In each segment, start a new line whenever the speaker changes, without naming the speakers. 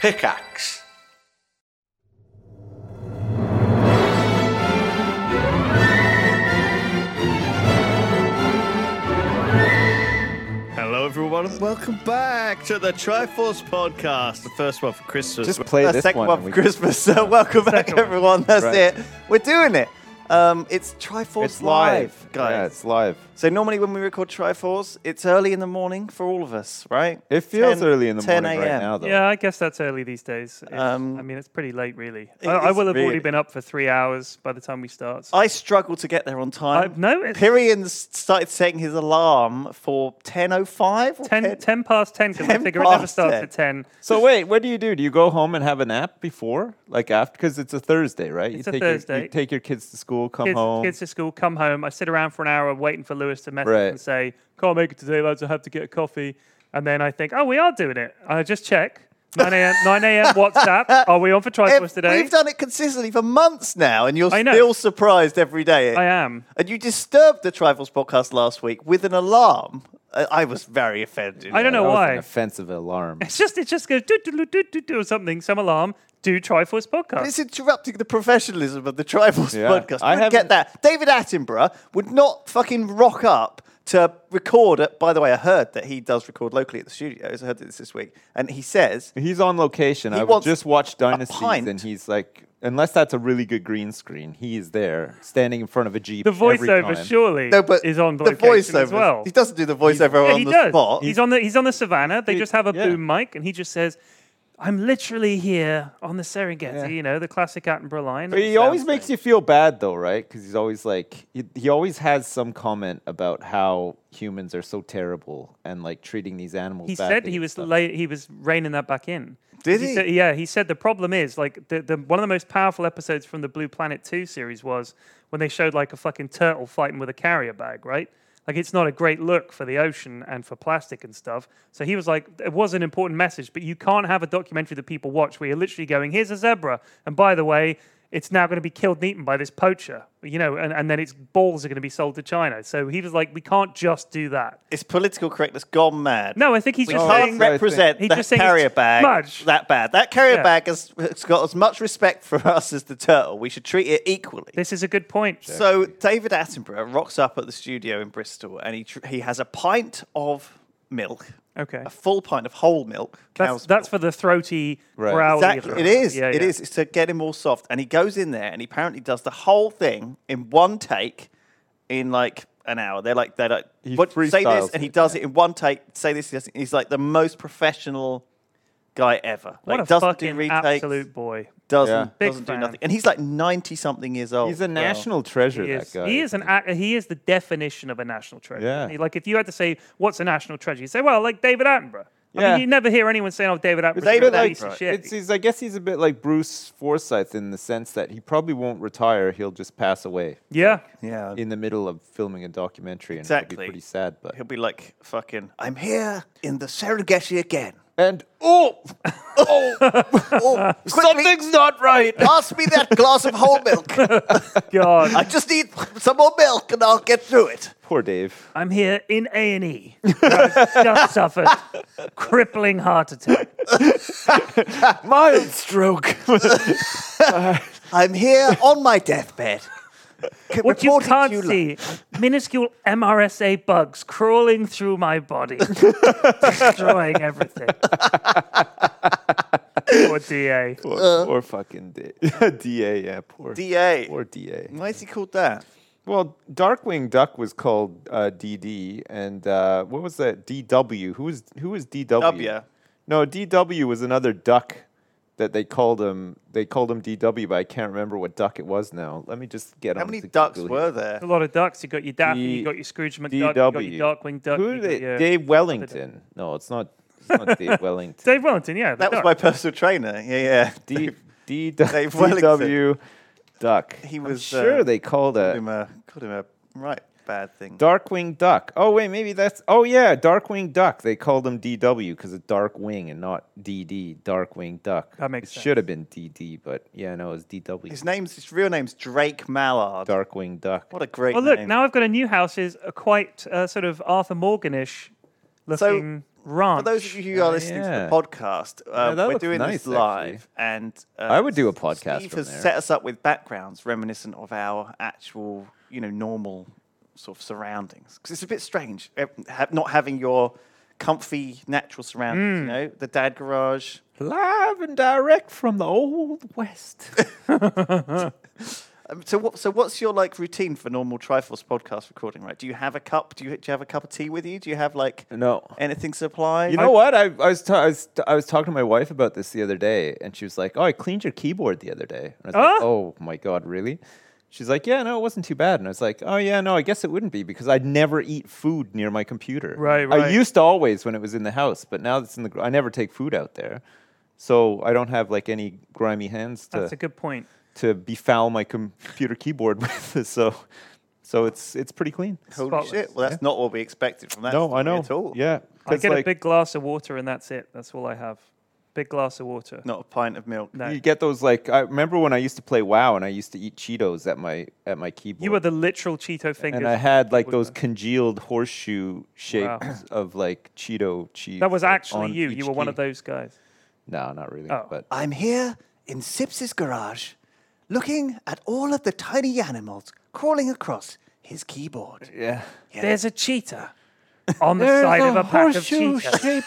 Pickaxe Hello, everyone, and welcome back to the Triforce podcast, the first one for Christmas.
Just play
the
this
second
one.
one,
and
for
we-
Christmas. So welcome back, everyone. That's it.
Right.
We're doing it. Um, it's Triforce
It's live, Yeah,
guys.
it's live.
so normally when we record Triforce, it's early in the morning for all of us, right?
It feels
10
early in the
10
morning right
a.m..
now, though.
Yeah, I guess that's early these days. It's-
Um,
I mean, it's pretty late, really.
it
I, I
is
will have
really.
already been up for three hours by the time we start. so-
I struggle to get there on time.
I've noticed.
Pyrian s- started setting his alarm for 10.05 or
10, 10 past 10, because I
10
figure it never
past
starts
10.
at 10.
So wait, what do you do? Do you go home and have a nap before, like after? Because it's a Thursday, right?
It's
you
a
take Your,
Thursday.
you take your kids to school, come
Kids,
home.
kids to school, come home. I sit around for an hour waiting for Lewis to message
Right.
and say, can't make it today, lads. I have to get a coffee. And then I think, oh, we are doing it. And I just check. 9 a.m. 9 a.m. WhatsApp. Are we on for
Ev-
Triforce today?
We've done it consistently for months now, and you're
I know.
still surprised every day.
I am.
And you disturbed the Trifles podcast last week with an alarm. I, I was very offended.
I don't know
That was
why.
an offensive alarm.
It's just, it just goes do, do, do, do, do, do, or something, some alarm, do Triforce podcast.
It's interrupting the professionalism of the Trifles
Yeah.
podcast.
I
I would get
haven't-
that. David Attenborough would not fucking rock up to record. At, by the way, I heard that he does record locally at the studios. I heard this this week, and he says
He's on location.
He
I
wants
just watched Dynasties,
pint.
and he's like, unless that's a really good green screen, he's there, standing in front of a jeep.
The
every
voiceover
time.
surely
no, but
is on
the
location
voiceover.
as well.
He doesn't do the voiceover
Yeah,
on
he
the
does.
spot.
He's on the he's on the savannah. They
He-
just have a
yeah.
boom mic, and he just says, "I'm literally here on the Serengeti."
Yeah.
You know, the classic Attenborough line.
But he always makes you feel bad, though, right? Because he's always like, he, he always has some comment about how humans are so terrible and like treating these animals.
He
badly
said he
and
was
stuff.
late, he was reining that back in.
Did
'Cause
he?
said- yeah, he said the problem is like the, the one of the most powerful episodes from the Blue Planet Two series was when they showed like a fucking turtle fighting with a carrier bag, right? Like it's not a great look for the ocean and for plastic and stuff. So he was like, it was an important message, but you can't have a documentary that people watch where you're literally going, here's a zebra, and by the way. It's now going to be killed and eaten by this poacher, you know, and, and then its balls are going to be sold to China. So he was like, we can't just do that.
It's political correctness gone mad.
No, I think he's
We
just
can't
saying
rep-
represent
He's
that
just saying it's
carrier bag
smudge.
that bad. That carrier
Yeah.
bag has, has got as much respect for us as the turtle. We should treat it equally.
This is a good point.
So David Attenborough rocks up at the studio in Bristol, and he tr- he has a pint of milk,
okay.
a full pint of whole milk.
That's,
cow's
that's for the throaty
Right.
growly.
Exactly. It is.
Yeah,
It
yeah.
is. It's to get him all soft. And he goes in there and he apparently does the whole thing in one take in like an hour. They're like, they're like,
He
what, say this.
freestyles
And he
it,
does it in one take. Say this. he does it. He's like the most professional guy ever.
What
like,
a
doesn't
fucking
do retakes.
absolute boy.
Doesn't,
Yeah.
Big
doesn't do
fan.
nothing. And he's like 90 something years old.
He's a
as well.
national treasure.
He
that
is.
guy.
He is an. a- He is the definition of a national treasure.
Yeah.
He- Like if you had to say what's a national treasure, you would say well, like David Attenborough. I
Yeah.
mean, you never hear anyone saying, "Oh, David Attenborough."
David
a piece
Attenborough.
of shit.
It's, he's, I guess he's a bit like Bruce Forsyth in the sense that he probably won't retire. He'll just pass away
yeah.
Yeah.
in the middle of filming a documentary, and it'll
Exactly.
be pretty sad. But
He'll be like, fucking, I'm here in the Serengeti again.
and oh,
Oh, quickly,
something's not right.
pass me that glass of whole milk.
God,
I just need some more milk and I'll get through it.
Poor Dave.
I'm here in A and E. Just suffered crippling heart attack.
Mild stroke.
I'm here on my deathbed. c-
What you
reporting to
can't
you live.
see, minuscule MRSA bugs crawling through my body, destroying everything. Poor DA.
poor, poor fucking da- DA. Yeah, poor
DA.
Poor DA.
Why is he called that?
Well, Darkwing Duck was called uh, DD, and uh, what was that? DW. Who was who was DW?
W.
No, DW was another duck that they called him. They called him DW, but I can't remember what duck it was now. Let me just get.
How many ducks were there?
A lot of ducks. You got your Daffy,
D-
you got your Scrooge McDuck, you
DW.
got your Darkwing Duck.
Who
you
did
got
it?
your-
Dave Wellington. No, it's not. It's not Dave Wellington.
Dave Wellington, yeah. the
That was
duck.
my personal trainer. Yeah, yeah.
D, D,
Dave Wellington.
DW Duck.
He
I'm
was,
sure
uh,
they called
Called
a
him a, called him a right bad thing.
Darkwing Duck. Oh wait, maybe that's. Oh yeah, Darkwing Duck. They called him DW because of Dark Wing and not DD. Darkwing Duck.
That makes
it
sense.
Should have been DD, but yeah, no, it's DW.
his name's his real name's Drake Mallard.
Darkwing Duck.
What a great
Well, Oh, look,
name.
now I've got a new house, is a quite uh, sort of Arthur Morganish
so
looking Ranch.
For those of you who are listening
Oh, yeah.
to the podcast, uh,
Yeah, that
we're
looks
doing
nice,
this live, and uh,
I would do a podcast
Steve
from
has
there.
set us up with backgrounds reminiscent of our actual, you know, normal sort of surroundings because it's a bit strange eh, ha- not having your comfy natural surroundings.
Mm.
You know, the dad garage.
Live and direct from the old west.
Um, so what? So what's your like routine for normal Triforce podcast recording? Right? Do you have a cup? Do you do you have a cup of tea with you? Do you have like
no.
anything supplied?
You know what? I, I was ta- I was t- I was talking to my wife about this the other day, and she was like, "Oh, I cleaned your keyboard the other day." And I was like,
Huh?
"Oh my god, really?" She's like, "Yeah, no, it wasn't too bad." And I was like, "Oh yeah, no, I guess it wouldn't be because I'd never eat food near my computer.
Right,
I
right.
used to always when it was in the house, but now it's in the. gr- I never take food out there, so I don't have like any grimy hands to
That's a good point.
to befoul my computer keyboard with. So, so it's it's pretty clean.
Holy
Spotless.
shit! Well, that's not what we expected from that.
No, I
story
know.
at all.
Yeah,
I
'cause,
get a
like,
big glass of water and that's it. That's all I have. Big glass of water.
Not a pint of milk.
No.
You get those like I remember when I used to play WoW and I used to eat Cheetos at my at my keyboard.
You were the literal Cheeto fingers.
and I had like
Would-
those congealed horseshoe shapes
Wow.
of like Cheeto cheese.
That was
like,
actually
on
you.
each
You were one of
key.
those guys.
No, not really.
Oh.
But
I'm here in Sips's garage, looking at all of the tiny animals crawling across his keyboard.
yeah,
There's a cheetah on the side of a pack of cheetahs.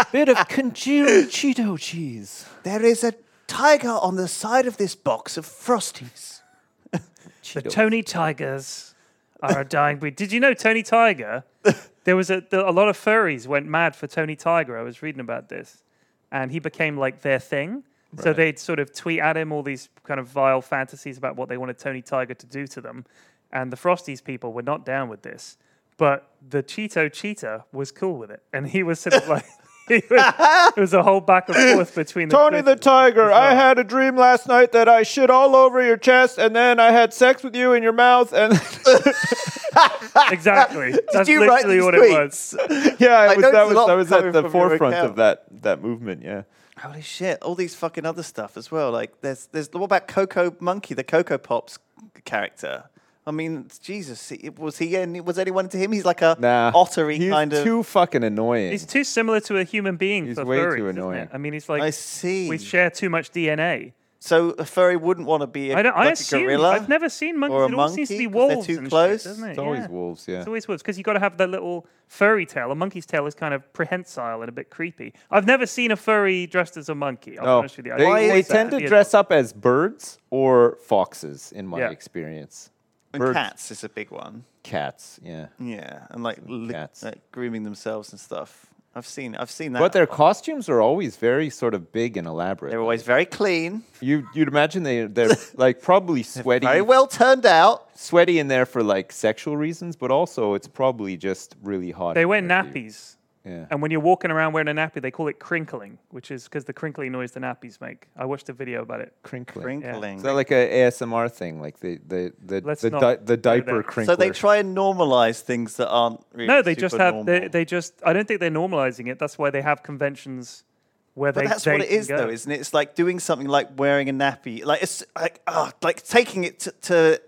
bit of congealed Cheeto cheese.
There is a tiger on the side of this box of Frosties.
The Tony Tigers are a dying breed. Did you know Tony Tiger? There was a, the, a lot of furries went mad for Tony Tiger. I was reading about this, and he became like their thing. So they'd sort of tweet at him all these kind of vile fantasies about what they wanted Tony Tiger to do to them, and the Frosties people were not down with this. But the Cheeto Cheetah was cool with it, and he was sort of like. he was, it was a whole back and forth between the
Tony
two.
the Tiger, I
well.
had a dream last night that I shit all over your chest and then I had sex with you in your mouth and
exactly. That's
you write
literally
these
what it
tweets?
was.
yeah, I
I
was,
noticed
that
a
was
lot
I was
coming
at
from
the
your
forefront of
account.
that that movement. Yeah,
Holy shit! All these fucking other stuff as well. Like there's there's what about Coco Monkey, the Coco Pops character? I mean, Jesus, it- was he any, was anyone to him? He's like a
nah,
ottery
he's
kind of.
too fucking annoying.
He's too similar to a human being
He's
for
way too
furries, isn't it?
annoying.
I mean, he's like
I see.
we share too much DNA.
so a furry wouldn't want to be a,
I don't. I
like
assume
a gorilla.
I've never seen monkeys.
or a
it all seems
monkey
to be
'cause they're
wolves.
too
and
close.
Shit, doesn't it?
it's always
Yeah.
wolves. Yeah,
It's always wolves because you got to have that little furry tail. A monkey's tail is kind of prehensile and a bit creepy. I've never seen a furry dressed as a monkey. I'll be
Oh.
no,
honest with you. I
they,
think
they
it's
tend to
gotta be a-
dress up as birds or foxes in my
Yeah.
experience.
And
Birds,
cats is a big one.
cats, yeah.
Yeah, and like, li-
cats.
like grooming themselves and stuff. I've seen I've seen that.
But their costumes are always very sort of big and elaborate.
they're always very clean,
you you'd imagine they they're like probably sweaty,
very well turned out.
sweaty in there for like sexual reasons, but also it's probably just really hot.
They
in
wear Oh,
there for you.
nappies.
Yeah.
And when you're walking around wearing a nappy, they call it crinkling, which is because the crinkly noise the nappies make. I watched a video about it.
crinkling.
Crinkling.
Is that like a ASMR thing, like the the the
Let's
the,
not
di- the
go
diaper
there.
crinkler?
so they try and normalize things that aren't really
No, they
super
just have they,
normal.
they just. I don't think they're normalizing it. That's why they have conventions where
But
they.
that's
they
what it
can
is, though,
go.
isn't it? It's like doing something like wearing a nappy, like it's like ah, like taking it to, to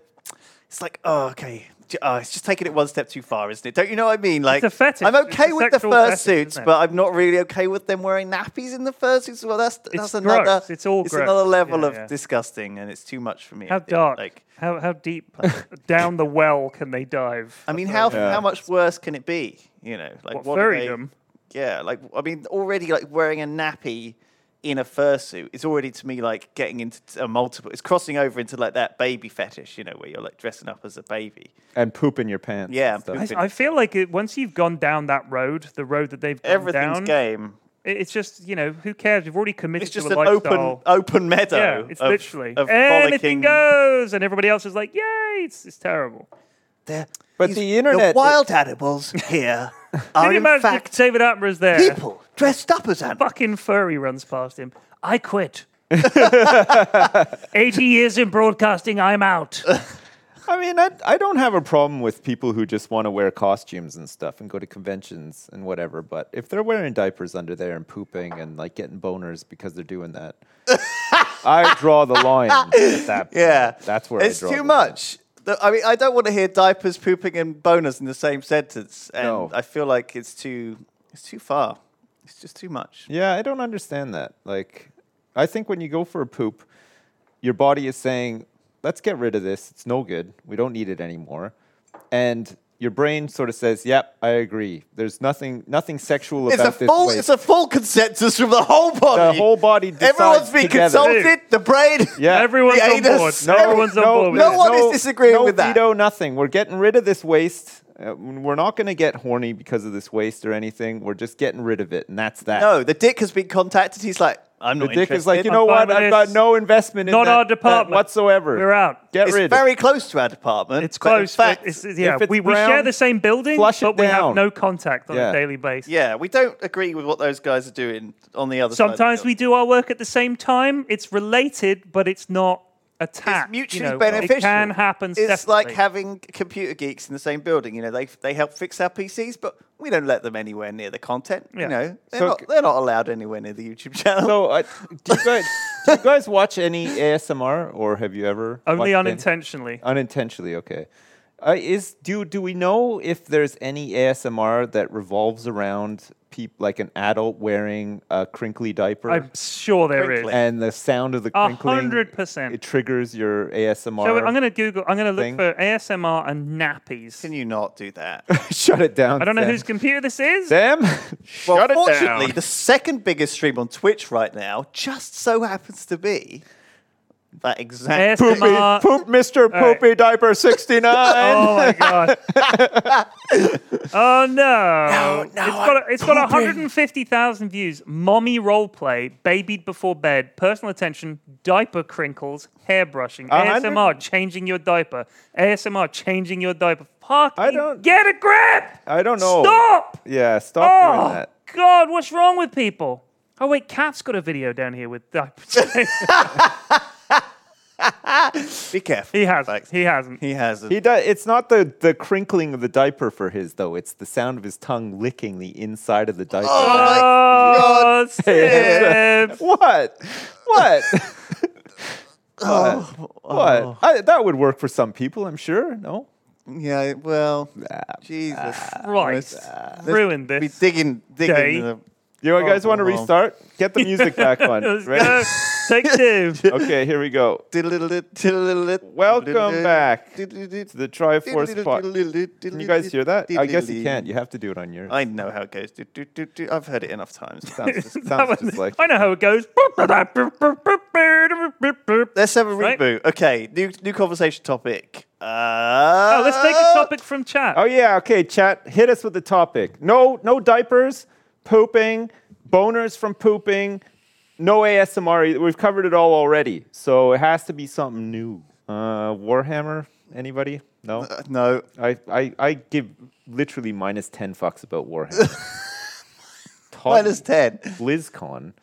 it's like oh, okay, J- ah, it's just taking it one step too far, isn't it? Don't you know what I mean? Like
a fetish.
I'm
It's a
okay with the
sexual fetish,
fursuits,
isn't it?
but I'm not really okay with them wearing nappies in the fursuits. Well, that's that's another.
gross. It's all
It's
gross.
another level
Yeah,
of
yeah.
disgusting, and it's too much for me. I
How
think.
dark?
Like,
how how deep down the well can they dive?
I mean, how
Yeah.
how much worse can it be? You know, like
What,
what are they-
furrydom?
Yeah, like I mean, already like wearing a nappy in a fursuit is already to me like getting into t- a multiple. It's crossing over into like that baby fetish, you know, where you're like dressing up as a baby.
and poop in your pants.
Yeah,
and stuff.
poop-
I feel like it, once you've gone down that road, the road that they've gone
Everything's
down,
game.
it- it's just you know who cares? You've already committed
It's just
to
an
a lifestyle.
open open meadow.
yeah, it's
of-
literally
of frolicking-
anything goes, and everybody else is like, "Yay!" It's, it's terrible.
They're-
But
these-
the internet-
wild animals here
Can
are
you
in
imagine
fact
if David Attenborough's there?
people dressed up as animals.
Fucking furry runs past him. I quit. Eighty years in broadcasting. I'm out.
I mean, I, I don't have a problem with people who just want to wear costumes and stuff and go to conventions and whatever. But if they're wearing diapers under there and pooping and like getting boners because they're doing that, I draw the line. At that
Yeah,
that's where I
it's
draw
too
the line.
much. The- I mean, I don't want to hear diapers, pooping, and boners in the same sentence. And
No.
I feel like it's too. It's too far. It's just too much.
Yeah, I don't understand that. Like, I think when you go for a poop, your body is saying, let's get rid of this. It's no good. We don't need it anymore. And your brain sort of says, yep, I agree. There's nothing nothing sexual
It's a
about this.
full.
waste."
It's a full consensus from the whole
the
body.
whole body
Everyone's
decides
been
together.
consulted. The brain.
Yeah.
Everyone's
The
on
anus.
board.
No,
Everyone's on board with
no
it.
one is disagreeing
no
with that.
veto, nothing. We're getting rid of this waste. Uh, we're not going to get horny because of this waste or anything. We're just getting rid of it, and that's that.
No, the dick has been contacted. He's like, I'm
the
not
dick
interested.
is like, you
I'm
know
fine
what?
with
I've
this.
got no investment in
Not
that-
our
that
department.
whatsoever.
We're out.
Get
it's
rid.
very close to our department.
It's
but in
close, but,
fact-
it's, yeah,
if it's
we, we share
brown,
the same building,
flush it
but we have
down.
no contact on a
Yeah.
daily basis.
yeah, we don't agree with what those guys are doing on the other
Sometimes
side.
we do our work at the same time. It's related, but it's not attached. you
mutually
know.
beneficial.
It can happen.
It's like
separately.
having computer geeks in the same building. You know, they they help fix our PCs, but we don't let them anywhere near the content.
Yeah.
You know, they're,
So-
not, they're not allowed anywhere near the YouTube channel.
So, uh, do, you guys, do you guys watch any ASMR, or have you ever
only
watched any?
unintentionally.
Unintentionally, okay. Uh, is do do we know if there's any ASMR that revolves around peop, like an adult wearing a crinkly diaper?
I'm sure there is.
Quickly.
and the sound of the
A
crinkling,
hundred percent.
it triggers your ASMR.
So I'm going to Google. I'm going to look
Thing.
for ASMR and nappies.
Can you not do that?
shut it down.
I don't know
Sam.
whose computer this is.
Sam.
well,
Shut it
fortunately,
down.
the second biggest stream on Twitch right now just so happens to be that exact.
ASMR.
Poopy, poop, Mister
right.
Poopy Diaper sixty nine.
Oh my god! oh no!
No, no,
it's got
I'm
a, it's got
pooping.
150,000 views. Mommy roleplay, babied before bed, personal attention, diaper crinkles, hair brushing,
A hundred-
ASMR changing your diaper, ASMR changing your diaper. Fuck!
I don't-
get a grip.
I don't know.
Stop!
Yeah, stop doing
Oh
that.
god, what's wrong with people? Oh wait, Cat's got a video down here with diapers.
Be careful.
he has.
Like,
He hasn't.
he has. A,
He does. It's not the the crinkling of the diaper for his though. It's the sound of his tongue licking the inside of the diaper.
Oh, Sibs.
What? What? what? I, that would work for some people, I'm sure. No. Ah.
yeah. Well, Jesus
Christ. uh, Ruined
Be
this.
digging,
Day.
digging. The,
You guys want to
well.
restart? Get the music back on.
Let's
Ready?
go. Take two.
Okay, here we go. Welcome
Welcome
back To the Triforce part. Can you guys hear that? I guess you can't. You have to do it on yours.
I know how it goes. Do, do, do, do. I've heard it enough times.
Sounds just,
That
sounds
was-
just like
I know how it goes. Oh,
Let's have a
Right.
reboot. Okay, new new conversation topic.
Oh, let's take a topic from chat.
Oh yeah, okay, chat. Hit us with the topic. No, no diapers, pooping, boners from pooping, no ASMR. either. We've covered it all already, so it has to be something new. Uh, Warhammer? Anybody? No.
Uh, no,
I, I, I give literally minus ten fucks about Warhammer. Todd,
minus ten.
BlizzCon.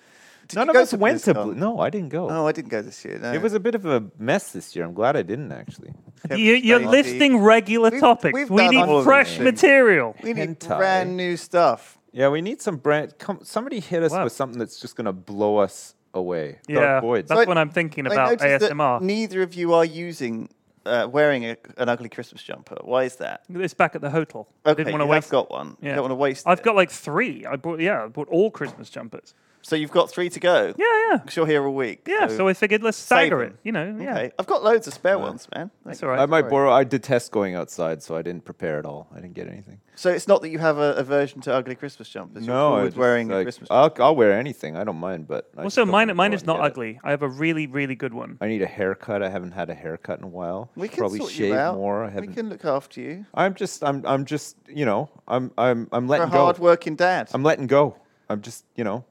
None
you
of
go
us
to
went to.
BlizzCon?
Bli- no, I didn't go.
Oh, I didn't go this year. No.
It was a bit of a mess this year. I'm glad I didn't actually.
you, you're
Bloody-
listing regular
We've-
topics.
we've
we
done all
need
of
fresh
these things.
material.
We need
hentai.
brand new stuff.
Yeah, we need some brand. Come, somebody hit us
Wow.
with something that's just going to blow us away.
Yeah,
Dark voids.
that's
Like-
what I'm thinking
I
about
noticed that
ASMR.
neither of you are using uh, wearing a, an ugly Christmas jumper. Why is that?
it's back at the hotel. I
Okay,
didn't want to
you have
waste.
got one.
yeah.
You don't want to waste.
I've
it.
got like three. I bought yeah, I bought all Christmas jumpers.
So you've got three to go.
Yeah, yeah,
Because you're here all week.
yeah. So, I figured let's stagger it.
them.
You know, yeah.
okay. I've got loads of spare ones, man.
That's
Like-
all right.
I might borrow. I detest going outside, so I didn't prepare at all. I didn't get anything.
So it's not that you have a aversion to ugly Christmas jumpers. You're
I
forward
just,
wearing a
like,
Christmas. jumper.
I'll, I'll wear anything. I don't mind, but I just
Also,
don't
mine
wanna
mine
go
is
and
not
get it.
ugly. I have a really really good one.
I need a haircut. I haven't had a haircut in a while.
we
Should
can
probably
sort
shave
you out.
more. I
we
haven't.
can look after you.
I'm just. I'm. I'm just. You know. I'm. I'm. I'm
You're a
letting go.
hard-working dad.
I'm letting go. I'm just. You know,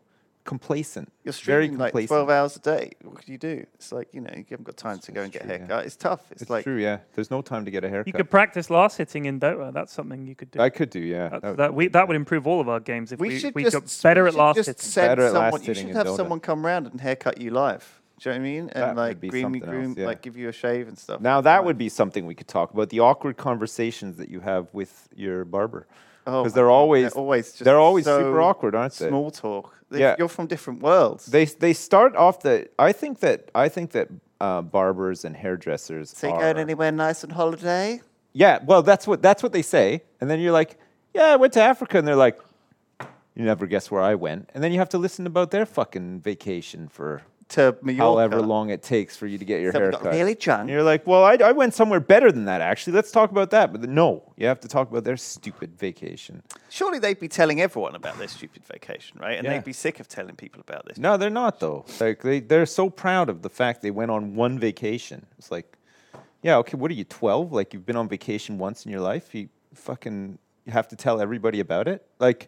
complacent.
You're
very
streaming like
complacent.
twelve hours a day. What can you do? It's like you know you haven't got time to go and get a
true, yeah.
haircut. It's tough. It's,
It's
like
true. Yeah. There's no time to get a haircut.
You could practice last hitting in Dota. That's something you could do.
I could do. Yeah.
That's-
That would-
that we that would improve all of our games if
we,
we, we,
should just
got better
we
at
should
last
just
hitting.
send
Better at last
someone. You
hitting
should
in
have
Dota.
someone come round and haircut you live. Do you know what I mean? And
That would
like
be
groom you,
something else,
groom
yeah.
like give you a shave and stuff.
Now that would be something we could talk about the awkward conversations that you have with your barber.
Oh
Because
my
they're
God,
always
they're always just
they're always super
so
awkward, aren't they?
small talk. They-
Yeah.
you're from different worlds.
They they start off the I think that I think that uh, barbers and hairdressers
so you
are
going anywhere nice on holiday?
yeah well that's what that's what they say and then you're like yeah I went to Africa and they're like You never guess where I went. And then you have to listen about their fucking vacation for
to Mallorca.
however long it takes for you to get your
So we
hair
got
cut.
really drunk.
And you're like, well, I, I went somewhere better than that, actually. Let's talk about that. But then, no, you have to talk about their stupid vacation.
Surely they'd be telling everyone about their stupid vacation, right? And
Yeah.
they'd be sick of telling people about this.
No, they're not, though. Like, they, they're so proud of the fact they went on one vacation. It's like, yeah, okay, what are you, 12? Like, you've been on vacation once in your life? You fucking you have to tell everybody about it? Like,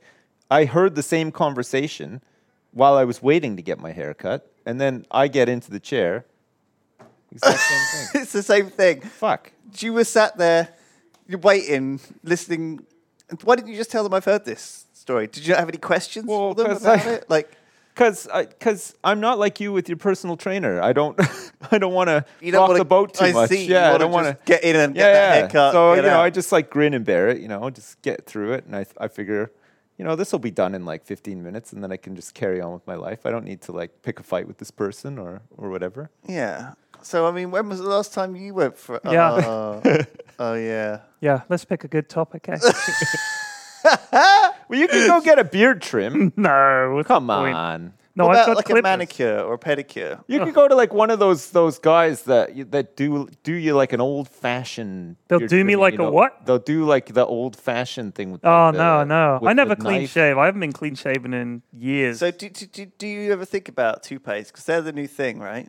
I heard the same conversation while I was waiting to get my hair cut. And then I get into the chair. Exact same thing.
It's the same thing.
Fuck.
You were sat there, you're waiting, listening. Why didn't you just tell them I've heard this story? Did you not have any questions
Well,
for them
'cause I-
about it? Like,
Cause, I, cause I'm not like you with your personal trainer. I don't, I don't want to
you don't
rock
wanna-
the boat too
I
much.
See,
yeah,
you
I don't want
to get in and
Yeah,
get that
yeah.
haircut.
so you
get
know,
out.
I just like grin and bear it. You know, just get through it, and I, I figure, you know, this will be done in like 15 minutes, and then I can just carry on with my life. I don't need to like pick a fight with this person or or whatever.
yeah. So I mean, when was the last time you went for?
Yeah.
Oh, oh yeah.
Yeah, let's pick a good topic. eh?
Well, you can go get a beard trim.
no, what's the
Come
point?
on.
No,
what
I've
about
got
like
clippers.
a manicure or a pedicure?
You could go to like one of those those guys that you- that do do you like an old fashioned.
They'll do me like a what?
They'll do like the old fashioned thing with.
Oh
like,
no,
the-
no!
with
I
the
never clean
knife.
shave. I haven't been clean shaven in years.
So do, do, do, do you ever think about toupees? Because they're the new thing, right?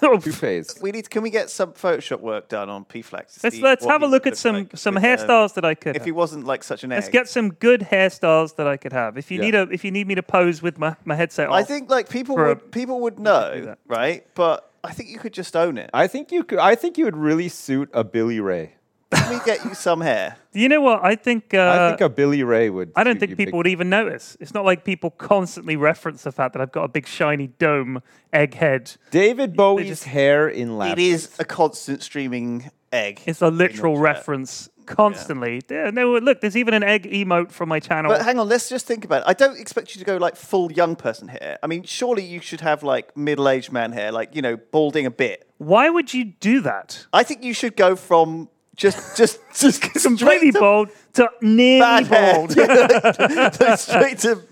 Toupees.
We need. Can we get some Photoshop work done on P-Flex? to
let's
see
let's
what
have a
he
look at
looks
some
like
some
with, uh,
hairstyles that I could.
If
have.
he wasn't like such an egg.
let's get some good hairstyles that I could have. If you
Yeah.
need a if you need me to pose with my, my headset on,
I think like people
for a-
would people would
do
know,
that.
right? But I think you could just own it.
I think you could. I think you would really suit a Billy Ray.
Let me get you some hair.
Do you know what I think? Uh,
I think a Billy Ray would.
I don't
suit
think
you big
people would even notice. It's not like people constantly reference the fact that I've got a big shiny dome egg head.
David Bowie's
just-
hair in lab.
It is a constant streaming egg.
It's a literal reference constantly. Yeah. no, look, there's even an egg emote from my channel.
Oh.
But hang on, let's just think about it. I don't expect you to go like full young person hair. I mean, surely you should have like middle-aged man hair, like you know, balding a bit.
Why would you do that?
I think you should go from just just just
Completely
straight to
bald to nearly
bad hair.
bald.
like, straight to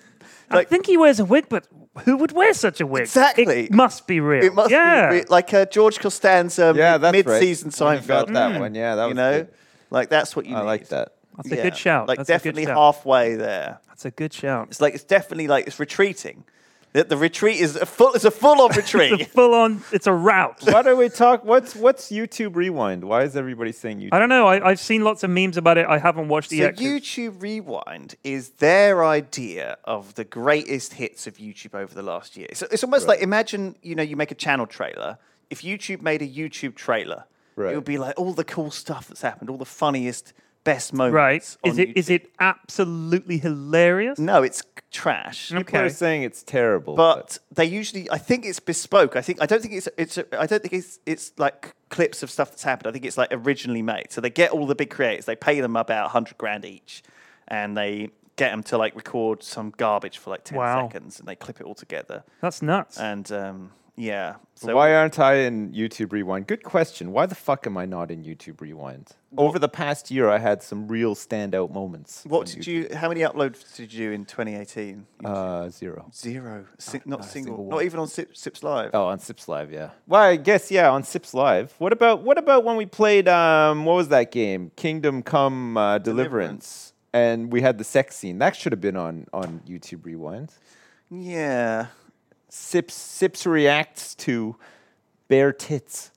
I
like
think he wears a wig, but who would wear such a wig?
Exactly.
It must be real.
It must
yeah.
be re- like uh, George Costanza
Yeah, that's right.
mid-season
You
Seinfeld. Mm.
got that one. Yeah, that
you
was
know,
good.
like that's what you.
I
need.
like that.
That's a good shout.
Like
That's a good
definitely
shout.
halfway there.
That's a good shout.
It's like it's definitely like it's retreating. The, the retreat is a full. It's a full-on
It's a
retreat.
full on, it's a route.
Why don't we talk? What's what's YouTube Rewind? Why is everybody saying YouTube?
I don't know. I, I've seen lots of memes about it. I haven't watched the
so
actual-
YouTube Rewind is their idea of the greatest hits of YouTube over the last year. So it's almost like imagine you know you make a channel trailer. If YouTube made a YouTube trailer,
Right.
it would be like all the cool stuff that's happened, all the funniest, best moments.
Right.
on
Is it is
YouTube.
it absolutely hilarious?
No, it's c- trash.
People are
Okay.
saying it's terrible.
But they usually, I think it's bespoke. I think I don't think it's it's I don't think it's it's like clips of stuff that's happened. I think it's like originally made. So they get all the big creators. They pay them about hundred grand each, and they get them to like record some garbage for like ten
Wow.
seconds, and they clip it all together.
That's nuts.
And um, yeah, so
why aren't I in YouTube Rewind? Good question. Why the fuck am I not in YouTube Rewind? Over the past year, I had some real standout moments.
what
on
did
YouTube.
you? How many uploads did you do in 2018?
Uh, zero.
Zero, Si- not
a
single,
single
not even on Sip, Sips Live.
Oh, on Sips Live, yeah. Well, I guess yeah, on Sips Live. What about what about when we played um what was that game? Kingdom Come uh, Deliverance. And we had the sex scene. That should have been on on YouTube Rewind.
Yeah,
Sips Sips reacts to bare tits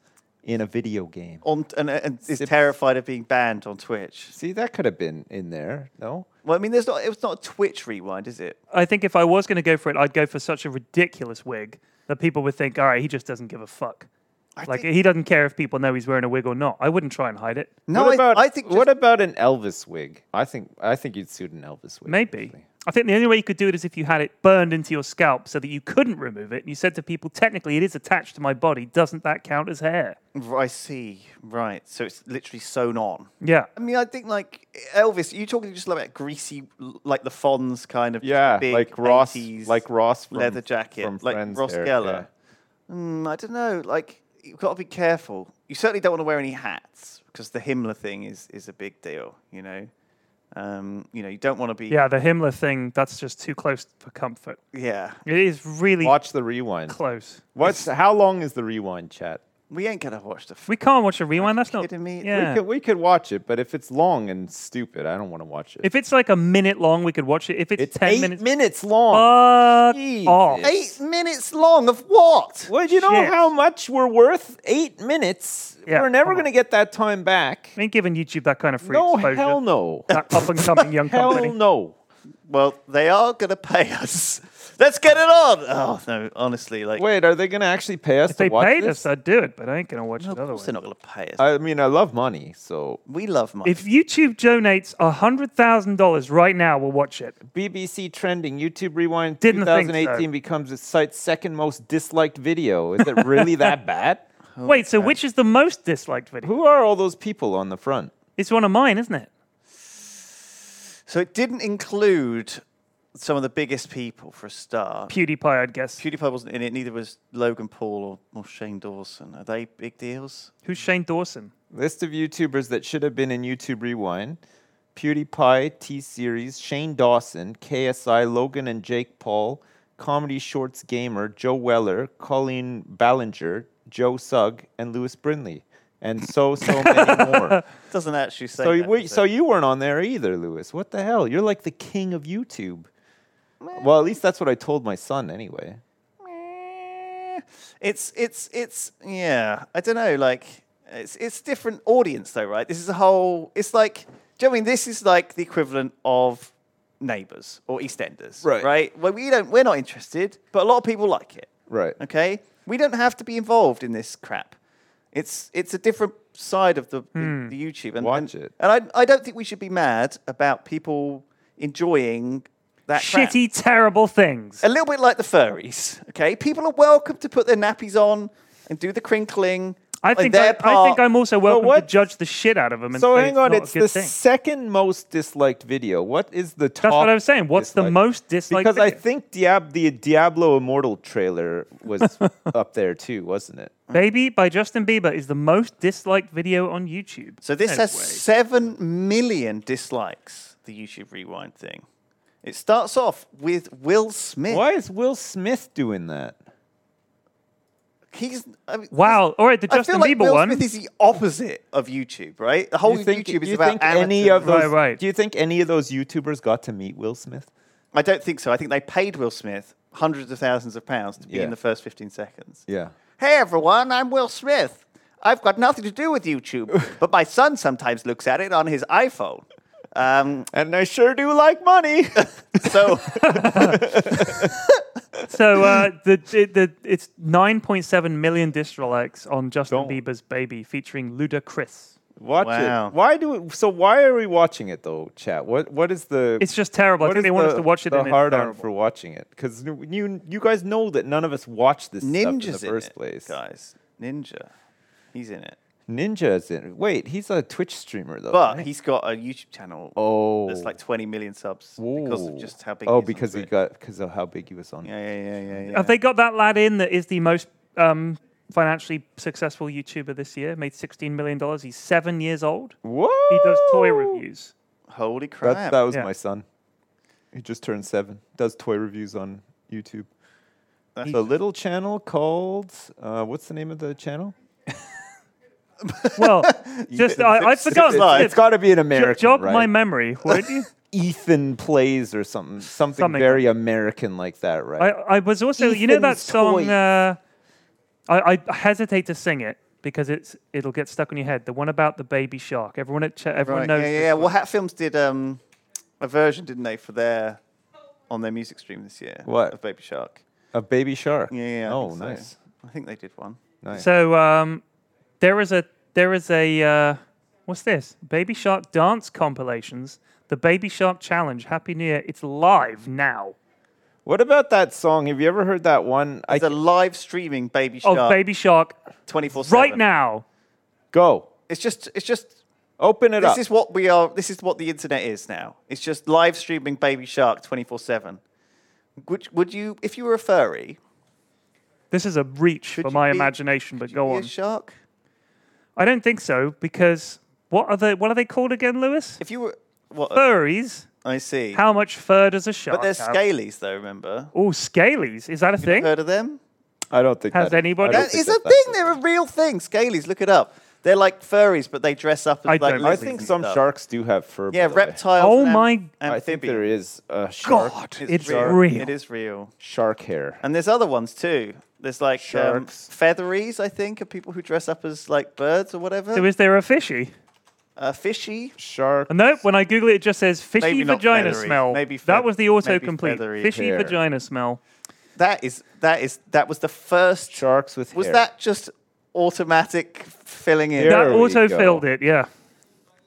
in a video game.
on and, and is
Sips.
terrified of being banned on Twitch.
See, that could have been in there. No.
Well, I mean, there's not. It's not a Twitch rewind, is it?
I think if I was going to go for it, I'd go for such a ridiculous wig that people would think, all right, he just doesn't give a fuck. like
think-
he doesn't care if people know he's wearing a wig or not. I wouldn't try and hide it.
No,
what
I-
about
I, think
what
just-
about an Elvis wig? I think I think you'd suit an Elvis wig.
Maybe.
actually.
I think the only way you could do it is if you had it burned into your scalp so that you couldn't remove it. And you said to people, technically, it is attached to my body. Doesn't that count as hair?
I see. Right. So it's literally sewn on.
Yeah.
I mean, I think like Elvis. You talking just like about greasy, l- like the Fonz kind of just
Yeah,
big
like Ross,
80s
like Ross from,
leather jacket,
from
like
Friends
Ross
there,
Geller. Mm, I don't know. Like you've got to be careful. You certainly don't want to wear any hats because the Himmler thing is is a big deal. You know, Um, you know, you don't want to be.
Yeah, the Himmler thing, that's just too close for comfort.
Yeah.
It is really
Watch the rewind.
close.
What's how long is the rewind chat?
We ain't gonna watch the. F-
We can't watch a rewind. That's not.
kidding me? We
Yeah.
We could we could watch it, but if it's long and stupid, I don't want to watch it.
if it's like a minute long, we could watch it. If it's,
it's
10
eight
minutes,
minutes, long.
fuck
Jesus.
off.
Eight minutes long of what?
Well, you know
shit.
how much we're worth? Eight minutes.
Yeah,
we're never
come on.
going to get that time back.
I ain't giving YouTube that kind of free
No,
exposure.
hell no.
That up and coming young
hell
company.
no.
Well, they are gonna pay us. Let's get it on. Oh no, honestly, like
Wait, are they going to actually pay us
If
to
they
watch
paid
this?
us, I'd do it, but I ain't going to watch
no,
it
of course
otherwise.
they're not gonna pay us.
I mean, I love money, so
we love money.
If YouTube donates $100,000 right now, we'll watch it.
BBC trending YouTube Rewind
Didn't think so.
2018 becomes the site's second most disliked video. Is it really that bad?
Wait, so which is the most disliked video?
Oh Who are all those people on the front?
It's one of mine, isn't it?
so it didn't include some of the biggest people for a start.
PewDiePie, I'd guess.
PewDiePie wasn't in it. Neither was Logan Paul or, or Shane Dawson. Are they big deals?
Who's Shane Dawson?
List of YouTubers that should have been in YouTube Rewind. PewDiePie, T Series, Shane Dawson, KSI, Logan and Jake Paul, Comedy Shorts Gamer, Joe Weller, Colleen Ballinger, Joe Sugg, and Lewis Brinley. And so, so many more.
Doesn't actually say.
so, you-
that,
wait,
does
so
it?
you weren't on there either, Lewis. What the hell? You're like the king of YouTube. Well, at least that's what I told my son anyway.
Eh, it's it's it's yeah. I don't know. Like it's it's different audience though, right? This is a whole. It's like do you know what I mean? This is like the equivalent of Neighbours or EastEnders,
Right.
Right. Well, we don't. We're not interested, but a lot of people like it.
Right.
Okay. We don't have to be involved in this crap. It's it's a different side of the, the- the, YouTube. And,
Watch
and,
it.
And I I don't think we should be mad about people enjoying that crap
Shitty, terrible things.
a little bit like the furries. Okay, people are welcome to put their nappies on and do the crinkling.
I
and
think
their
I, I think
part-
I'm also welcome to
what-
judge the shit out of them. And
So
say
hang on,
not
it's
a good
the
thing.
second most disliked video. What is the top?
That's what I was saying. What's the
disliked?
most disliked?
Because I
video?
think Diab- the Diablo Immortal trailer was up there too, wasn't it?
Baby by Justin Bieber is the most disliked video on YouTube.
So this
No
has
way.
seven million dislikes. The YouTube Rewind thing. It starts off with Will Smith.
Why is Will Smith doing that?
He's I mean,
Wow. All right, the
I
Justin
feel like
Bieber
Will
one.
Smith is the opposite of YouTube, right? The whole
Do you think,
YouTube
do
is
you
about
think any
amateurs.
of those?
Right, right.
Do you think any of those YouTubers got to meet Will Smith?
I don't think so. I think they paid Will Smith hundreds of thousands of pounds to be
Yeah.
in the first fifteen seconds.
Yeah.
Hey everyone, I'm Will Smith. I've got nothing to do with YouTube, but my son sometimes looks at it on his iPhone. Um,
And I sure do like money.
so
so uh, the, the the it's 9.7 million dislikes on Justin Bieber's Baby featuring Ludacris.
Watch
Wow.
it. Why do? So why are we watching it though, chat? What What is the?
It's just terrible. I
what
think
is
they want us
the-
to watch it.
The
and it's
hard on
terrible.
for watching it because you you guys know that none of us watched this stuff in the
Ninja's in
first
it,
place.
guys. Ninja, he's in it,
Ninja is in. Wait, he's a Twitch streamer though.
but
right?
he's got a YouTube channel
oh,
that's like 20 million subs because of
Ooh.
just how big.
Oh,
he is on
because he
Twitch.
got because of how big he was on.
Yeah, yeah, yeah, yeah. yeah.
Have they got that lad in that is the most um, financially successful YouTuber this year? Made 16 million dollars. He's seven years old.
Whoa!
He does toy reviews.
Holy crap!
That, that was
Yeah.
my son. He just turned seven. Does toy reviews on YouTube.
That's-
The little channel called uh, what's the name of the channel?
Well, just I, I've forgotten.
It's, it's
Just
got to be an
jo-
American,
jog
right?
uh, my memory, would you?
Ethan plays or something, something,
Something.
very American like that,
I,
right?
I was also, you know, that
Ethan's
song.
Toys.
Uh, I, I hesitate to sing it because it's it'll get stuck on your head. The one about the baby shark. Everyone at Ch- everyone
Right,
knows.
yeah, yeah.
this
yeah.
one.
Well, Hat Films did um, a version, didn't they, for their on their music stream this year?
What?
of Baby Shark?
A baby shark.
Yeah, yeah. I
oh,
think so.
nice.
I think they did one.
Nice.
So um, there is a there is a uh, what's this? Baby Shark dance compilations. The Baby Shark Challenge. Happy New Year. It's live now.
What about that song? Have you ever heard that one? I
It's a live streaming Baby
Of
Shark
Oh, Baby Shark
24
right now.
go.
It's just, it's just,
Open it
this
up.
is what we are, this is what the internet is now. It's just live streaming Baby Shark 24 7. Would, would you, if you were a furry,
This is a reach
Should
for
you
my
be-
imagination, but
would you
go
be
on.
a shark?
I don't think so because what are they what are they called again, Lewis?
If you were, What? a-
Furries.
I see.
How much fur does a shark
but they're
have?
scalies, though. Remember?
oh, scalies. Is that a thing?
Heard of them?
I don't think
Has
that,
anybody-
I
That
don't think
is a
that that's
thing. They're a real thing. Scalies. Look it up. They're like furries, but they dress up as
I
like.
don't
I
believe
lizards
think
and
some
stuff.
sharks do have fur. by
Yeah,
the way.
reptiles.
Oh
and am-
my-
I
amphibians.
think there is a shark,
God,
It's,
it's
real.
real.
It is real.
shark hair.
And there's other ones too. There's like um,
Sharks.
featheries, I think, of people who dress up as like birds or whatever.
So is there a fishy?
uh, fishy.
Shark.
Nope. When I Google it, it just says fishy
Maybe not
vagina
feathery.
smell.
Maybe feath-
that was the autocomplete.
maybe feathery
fishy
hair.
vagina smell.
That is that is that was the first.
Sharks with
was
hair.
that just automatic filling in?
There
that
we
auto filled
go.
it. Yeah.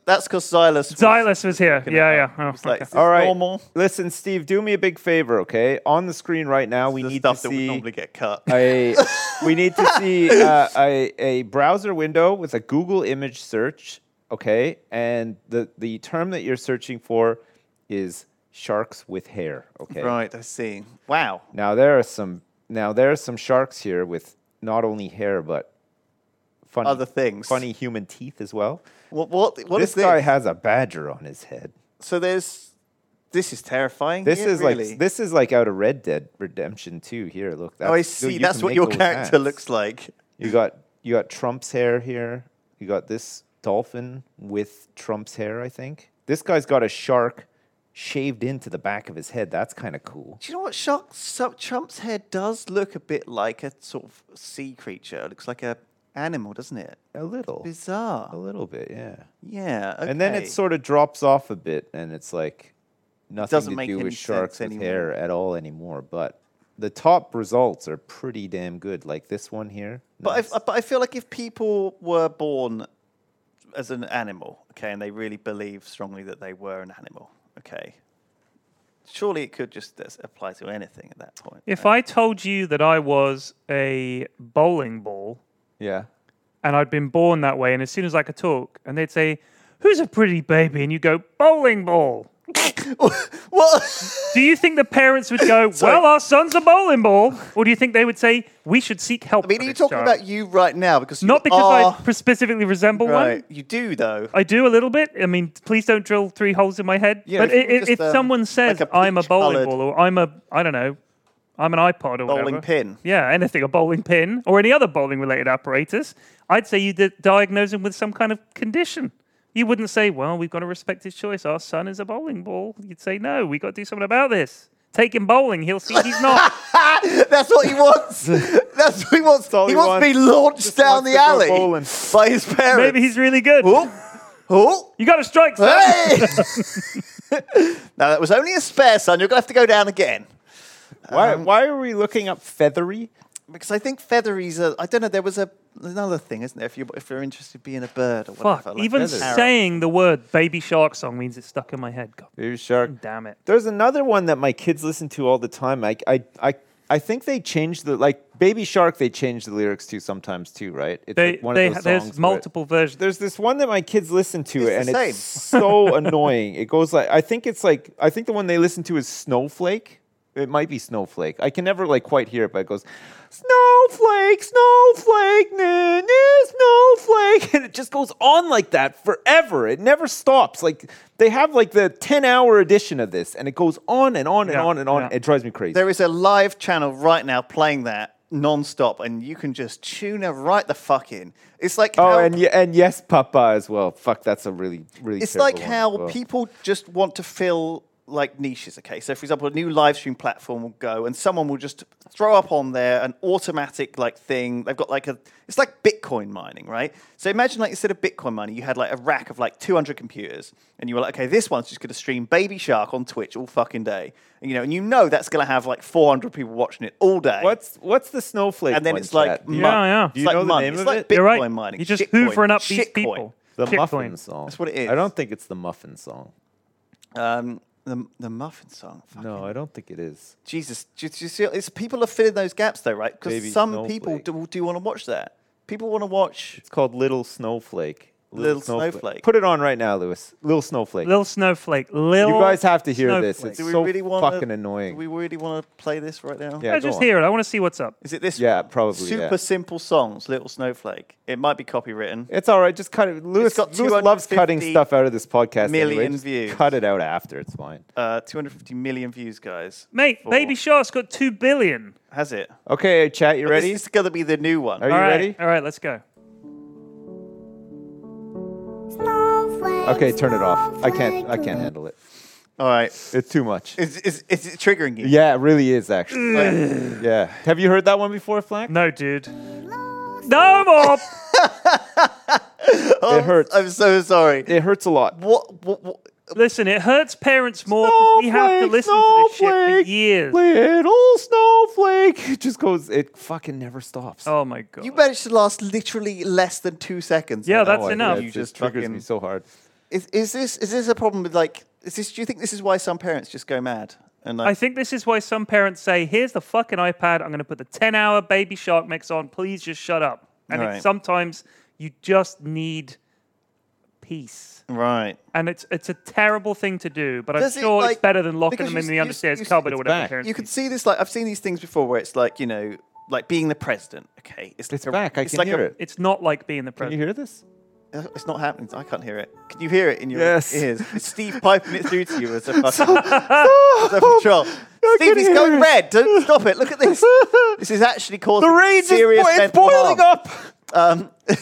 That's because Xylus. was-
Xylus was here.
looking
Yeah,
it
yeah.
up.
Oh,
It's like,
okay.
is this
All right.
normal?
Listen, Steve, do me a big favor, okay? On the screen right now, we
the
need to
stuff that would
see
normally get cut.
a we need to see uh, a a browser window with a Google image search, okay? And the the term that you're searching for is sharks with hair, okay?
Right, I see. Wow.
Now there are some now there are some sharks here with not only hair but funny
Other things.
funny human teeth as well.
What? What? what
this
is this?
guy has a badger on his head.
so there's. This is terrifying.
This
here,
is
really.
like this is like out of Red Dead Redemption 2 here. Look, that's,
Oh, I
dude,
see.
you
That's
can
what
make
your
those
character
hats.
looks like.
You got you got Trump's hair here. You got this dolphin with Trump's hair, I think. This guy's got a shark shaved into the back of his head. That's kind of cool.
Do you know what shark? So Trump's head does look a bit like a sort of sea creature. It looks like a animal, doesn't it?
A little. A
Bizarre.
little bit, yeah.
Yeah. Okay.
And then it sort of drops off a bit, and it's like nothing
doesn't
to
make
do
any
with sharks
sense
with hair at all anymore. But the top results are pretty damn good, like this one here.
But
nice.
I, but I feel like if people were born as an animal, okay, and they really believe strongly that they were an animal, okay, surely it could just that's- apply to anything at that point.
If I told you that I was a bowling ball
yeah,
and I'd been born that way, and as soon as I could talk, and they'd say, "Who's a pretty baby?" and you go, "Bowling ball."
what?
Do you think the parents would go, "Well, our son's a bowling ball," or do you think they would say, "We should seek help"?
I mean,
for
are you
this
talking
child?"
about you right now? Because you
Not because
are,
I pre- specifically resemble one.
right, you do though.
I do a little bit. I mean, please don't drill three holes in my head.
Yeah,
but
if
if,
you
if,
just, um,
someone says
like a
I'm a bowling
peach-coloured-
ball or I'm a, I don't know, I'm an iPod or
Bowling
whatever.
pin.
Yeah, anything, a bowling pin or any other bowling related apparatus, I'd say you did diagnose him with some kind of condition. You wouldn't say, well, we've got to respect his choice. Our son is a bowling ball. You'd say, no, we've got to do something about this. Take him bowling. He'll see he's not.
That's what he wants. That's what he wants.
all
He,
he
wants, to be launched
Just
down
wants
the
to go
alley
bowling.
by his parents.
Maybe he's really good.
Oh, oh,
You got to strike, son.
hey! now that was only a spare, son. You're gonna have to go down again
Why,
Um,
why are we looking up feathery?
because I think featheries are. I don't know. There was a another thing, isn't there? If you if you're interested in being a bird or
Fuck,
whatever. like
even
a parrot.
saying the word baby shark song means it's stuck in my head. God
Baby shark.
damn it.
There's another one that my kids listen to all the time. I, I, I, I think they changed the like Baby Shark. They change the lyrics to sometimes too, right? It's
They,
like one
they,
of those songs
there's
where it-
multiple versions.
there's this one that my kids listen to,
It's
and
the
it's so annoying. It goes like I think it's like I think the one they listen to is Snowflake. It might be Snowflake. I can never like quite hear it, but it goes Snowflake, Snowflake, nah, nah, Snowflake, and it just goes on like that forever. It never stops. Like they have like the ten hour edition of this, and it goes on and on and
Yeah,
on and on.
yeah.
It drives me crazy.
there is a live channel right now playing that non-stop and you can just tune it right the fuck in. It's like
Oh,
how
and ye- and yes, Papa as well. Fuck, that's a really really.
It's
terrible
like
one as
how
well.
people just want to fill like niches. Okay, so for example, a new live stream platform will go, and someone will just throw up on there an automatic like thing. They've got like a, it's like Bitcoin mining, right? So imagine like instead of Bitcoin mining, you had like a rack of like 200 computers, and you were like, okay, this one's just going to stream Baby Shark on Twitch all fucking day, and, you know, and you know that's going to have like 400 people watching it all day.
What's what's the snowflake?
And then
one,
it's like,
chat?
money.
Yeah, yeah.
It's
Do you
like
know the
money.
name
It's
of
like
it?
Bitcoin
You're right.
mining.
You're just
Shitcoin.
hoovering up these
Shitcoin.
people.
The
Shitcoin.
muffin song.
That's what it
I
is.
don't think it's the muffin song.
Um, the, the muffin song. Fuck.
No, I don't think it is.
Jesus, do, do you see, it's people are filling those gaps though, right? Because
Baby
some people
snowflake.
do, do want to watch that. People want to watch.
It's called Little Snowflake.
Little Snowflake.
Put it on right now, Lewis. Little Snowflake.
Lil Snowflake. Lil.
you guys have to hear this.
Snowflake.
It's
Do we
so
really want
fucking annoying.
Do we really want to play this right now?
yeah,
I
go
just
on.
hear it. I want to see what's up.
Is it this?
Yeah, probably,
Super
yeah.
simple songs, Little Snowflake. It might be copywritten.
It's all right. Just cut it. Lewis,
got
Lewis loves cutting
250
stuff out of this podcast. anyway.
million
Just
views.
Cut it out after. It's fine.
Uh, 250 million views, guys.
Mate,
Four.
Baby Shark's got 2 billion.
Has it?
Okay, chat. You ready?
This is going to be the new one.
Are you
All right,
ready?
All right, let's go.
Okay, turn it off. I can't. I can't handle it.
All right.
It's too much.
Is, is, is it triggering you?
Yeah, it really is actually.
Mm.
yeah. Have you heard that one before, Flack?
No, dude. No more.
it hurts.
I'm so sorry.
it hurts a lot.
What, what, what?
Listen, it hurts parents more 'cause we have to
Snowflake,
listen to this shit
snowflake,
for years.
Little snowflake. It just goes. It fucking never stops.
Oh my god.
You managed to last literally less than two seconds.
Yeah,
there.
that's
I-
enough.
it
You
just
just
triggers
fucking-
me so hard.
Is, is this is this a problem with like? Is this? Do you think this is why some parents just go mad and
I
like?
think this is why some parents say, "Here's the fucking iPad. I'm going to put the 10-hour Baby Shark mix on. Please just shut up." And it's
Right.
sometimes you just need peace.
right.
And it's it's a terrible thing to do, but
Does
I'm
it,
sure it's
like-
better than locking
because
them
you
in
s-
the
you s-
understairs
you s-
cupboard or
it's
whatever.
back.
Parents
You
do.
can see this like I've seen these things before where it's like you know like being the president. Okay, it's like
It's back. I
it's
can
like
hear
a- uh,
it.
It's not like being the
Can
president.
you hear this?
It's not happening. I can't hear it. Can you hear it in your
Yes.
ears? It's Steve piping it through to you as a fucking as a patrol. Steve
can
is
hear
going
it.
red. Don't stop it. Look at this. This is actually causing
The rage is
serious
boi- it's
mental
boiling
harm.
up.
Um,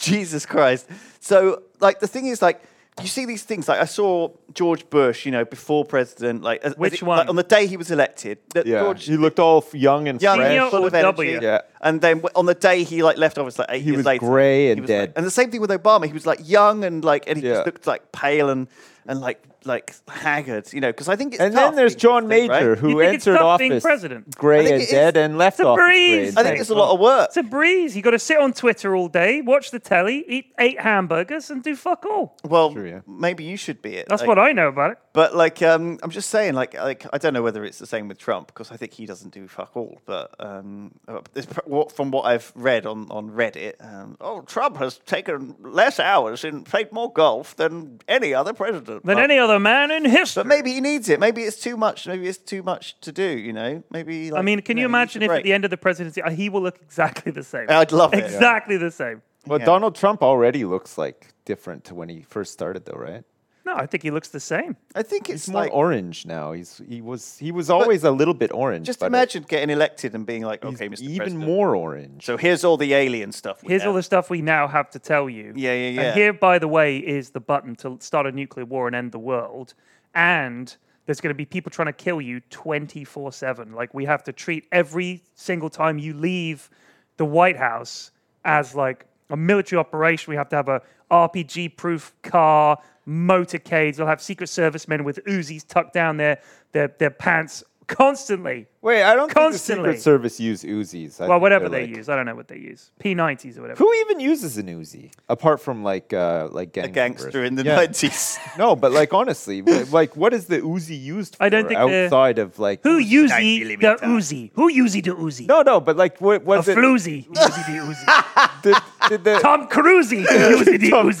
Jesus Christ. So, like, the thing is, like, you see these things. Like, I saw George Bush, you know, before president, like, as- as
Which
it-
one?
like, on the day he was elected. that
Yeah,
George,
he looked all f- young and
young,
fresh.
Senior
full
or
of energy.
W?
Yeah.
And then w- on the day he like left office, like eight years
was
later,
grey
he
and
was, like-
dead.
and the same thing with Obama. He was like young and like, and he
Yeah.
just looked like pale and and like like haggard, you know. Because I think it's
And
tough
then there's
being
John
president,
Major,
right?
who
You think it's
entered
tough being
office
president?
I
gray
think
and
it is.
dead and left
It's a
office gray
breeze,
and
I
dead.
think it's a lot of work.
It's a breeze. You got to sit on Twitter all day, watch the telly, eat eight hamburgers, and do fuck all.
Well,
True, yeah.
maybe you should be it.
That's what I know about it.
But like, um, I'm just saying, like, like I don't know whether it's the same with Trump because I think he doesn't do fuck all. But um, uh, it's pr- what- from what I've read on on Reddit, um, oh, Trump has taken less hours and played more golf than any other president.
Than
Well,
any other man in history.
But maybe he needs it. Maybe it's too much. Maybe it's too much to do. You know. Maybe. Like,
I mean, can
know,
you
he needs
imagine
a
if at
break.
the end of the presidency, uh, he will look exactly the same?
I'd love it.
Exactly the same.
Well,
Yeah.
Donald Trump already looks like different to when he first started, though, right?
No, I think he looks the same.
I think it's
He's more
like.
orange now. He's he was he was always a little bit orange.
just
but
imagine getting elected and being like,
he's
okay, Mr.
even
President.
more orange.
So here's all the alien stuff. we
Here's all
have."
the stuff we now have to tell you.
Yeah, yeah, yeah.
And here, by the way, is the button to start a nuclear war and end the world. And there's going to be people trying to kill you 24 7. Like, we have to treat every single time you leave the White House as like a military operation. We have to have a RPG proof car, motorcades. They'll have Secret Service men with Uzis tucked down their, their, their pants constantly.
Wait, I don't
Constantly.
think the Secret Service use Uzis. I
Well,
think
whatever
they're
they
like-
use. I don't know what they use. P90s or whatever.
Who even uses an Uzi apart from like uh like gang
a gangster in the
Yeah.
90s.
No, but like honestly, wh- like what is the Uzi used for
I don't think the-
outside of like
Who Uzi
millimeter.
the Uzi? Who Uzi the Uzi?
No, no, but like what
a
was it?
floozy. Uzi the Uzi.
Did, did the
Tom Cruise. Uzi the
Tom
Uzi.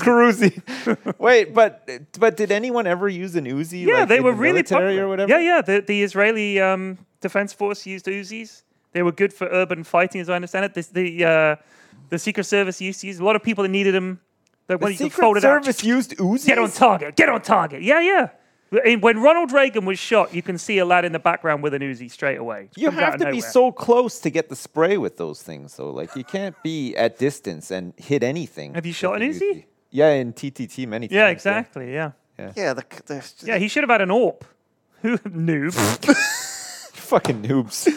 Cruise. Wait, but but did anyone ever use an Uzi?
Yeah,
like,
they
in
were
the
really
military
popular.
or whatever.
Yeah, yeah. The, the Israeli um, defense force used Uzis. They were good for urban fighting, as I understand it. This, the uh, the Secret Service used to use a lot of people that needed them. That
The
when you could fold
Secret
it out,
Service used Uzis.
get on target. Get on target. Yeah, yeah. And When Ronald Reagan was shot, you can see a lad in the background with an Uzi straight away. Just
You
comes out
have
of
to be
nowhere.
so close to get the spray with those things, though. Like you can't be at distance and hit anything.
Have you
with
shot an Uzi?
Yeah, in TTT many times.
Yeah, exactly. Yeah,
yeah, the, c- the,
yeah. He should have had an AWP. Who noob?
Fucking noobs.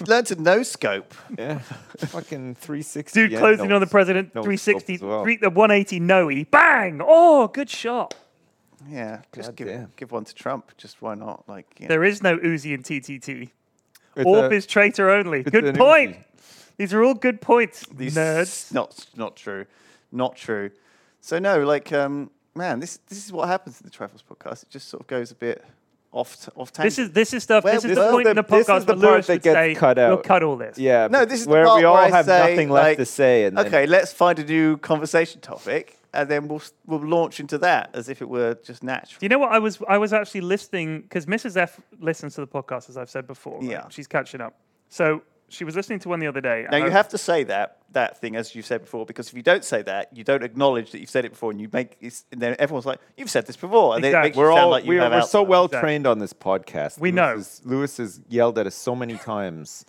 learn to no scope.
yeah. Fucking 360.
Dude
yeah,
closing
no,
on the president,
no, it's dope
360,
as well.
three, the 180 Noe, bang! Oh, good shot.
Yeah, just
damn.
give, give one to Trump. Just why not? Like, you know.
There is no Uzi in TTT.
It's
Orb
a-
is traitor only. Good
an
point.
Uzi.
These are all good points,
These-
nerds.
Not, not true, not true. So no, like, um, man, this this is what happens in the Trifles podcast. It just sort of goes a bit off t- off tangent.
This is this is stuff.
Where-
this is
this
the
is
point
the-
in the
this is
podcast
the
where
part
Lewis
that
would
gets
say,
cut
"We'll
out."
cut all this."
Yeah.
no,
but
this is the
where
part
we all
where I
have
say,
nothing left
like,
to say. And then
okay, let's find a new conversation topic. and then we'll s- we'll launch into that as if it were just natural.
Do you know what I was? I was actually listening because Mrs. F listens to the podcast, as I've said before. right?
Yeah.
she's catching up. So she was listening to one the other day.
Now
and I-
you have to say that that thing as you said before, because if you don't say that, you don't acknowledge that you've said it before, and you make it's, and then everyone's like, "You've said this before," and then
Exactly.
it makes
We're
you sound
all
like you
we're,
have
we're so
Alzheimer's.
well
Exactly.
trained on this podcast.
We
Lewis
know.
Is, Lewis has yelled at us so many times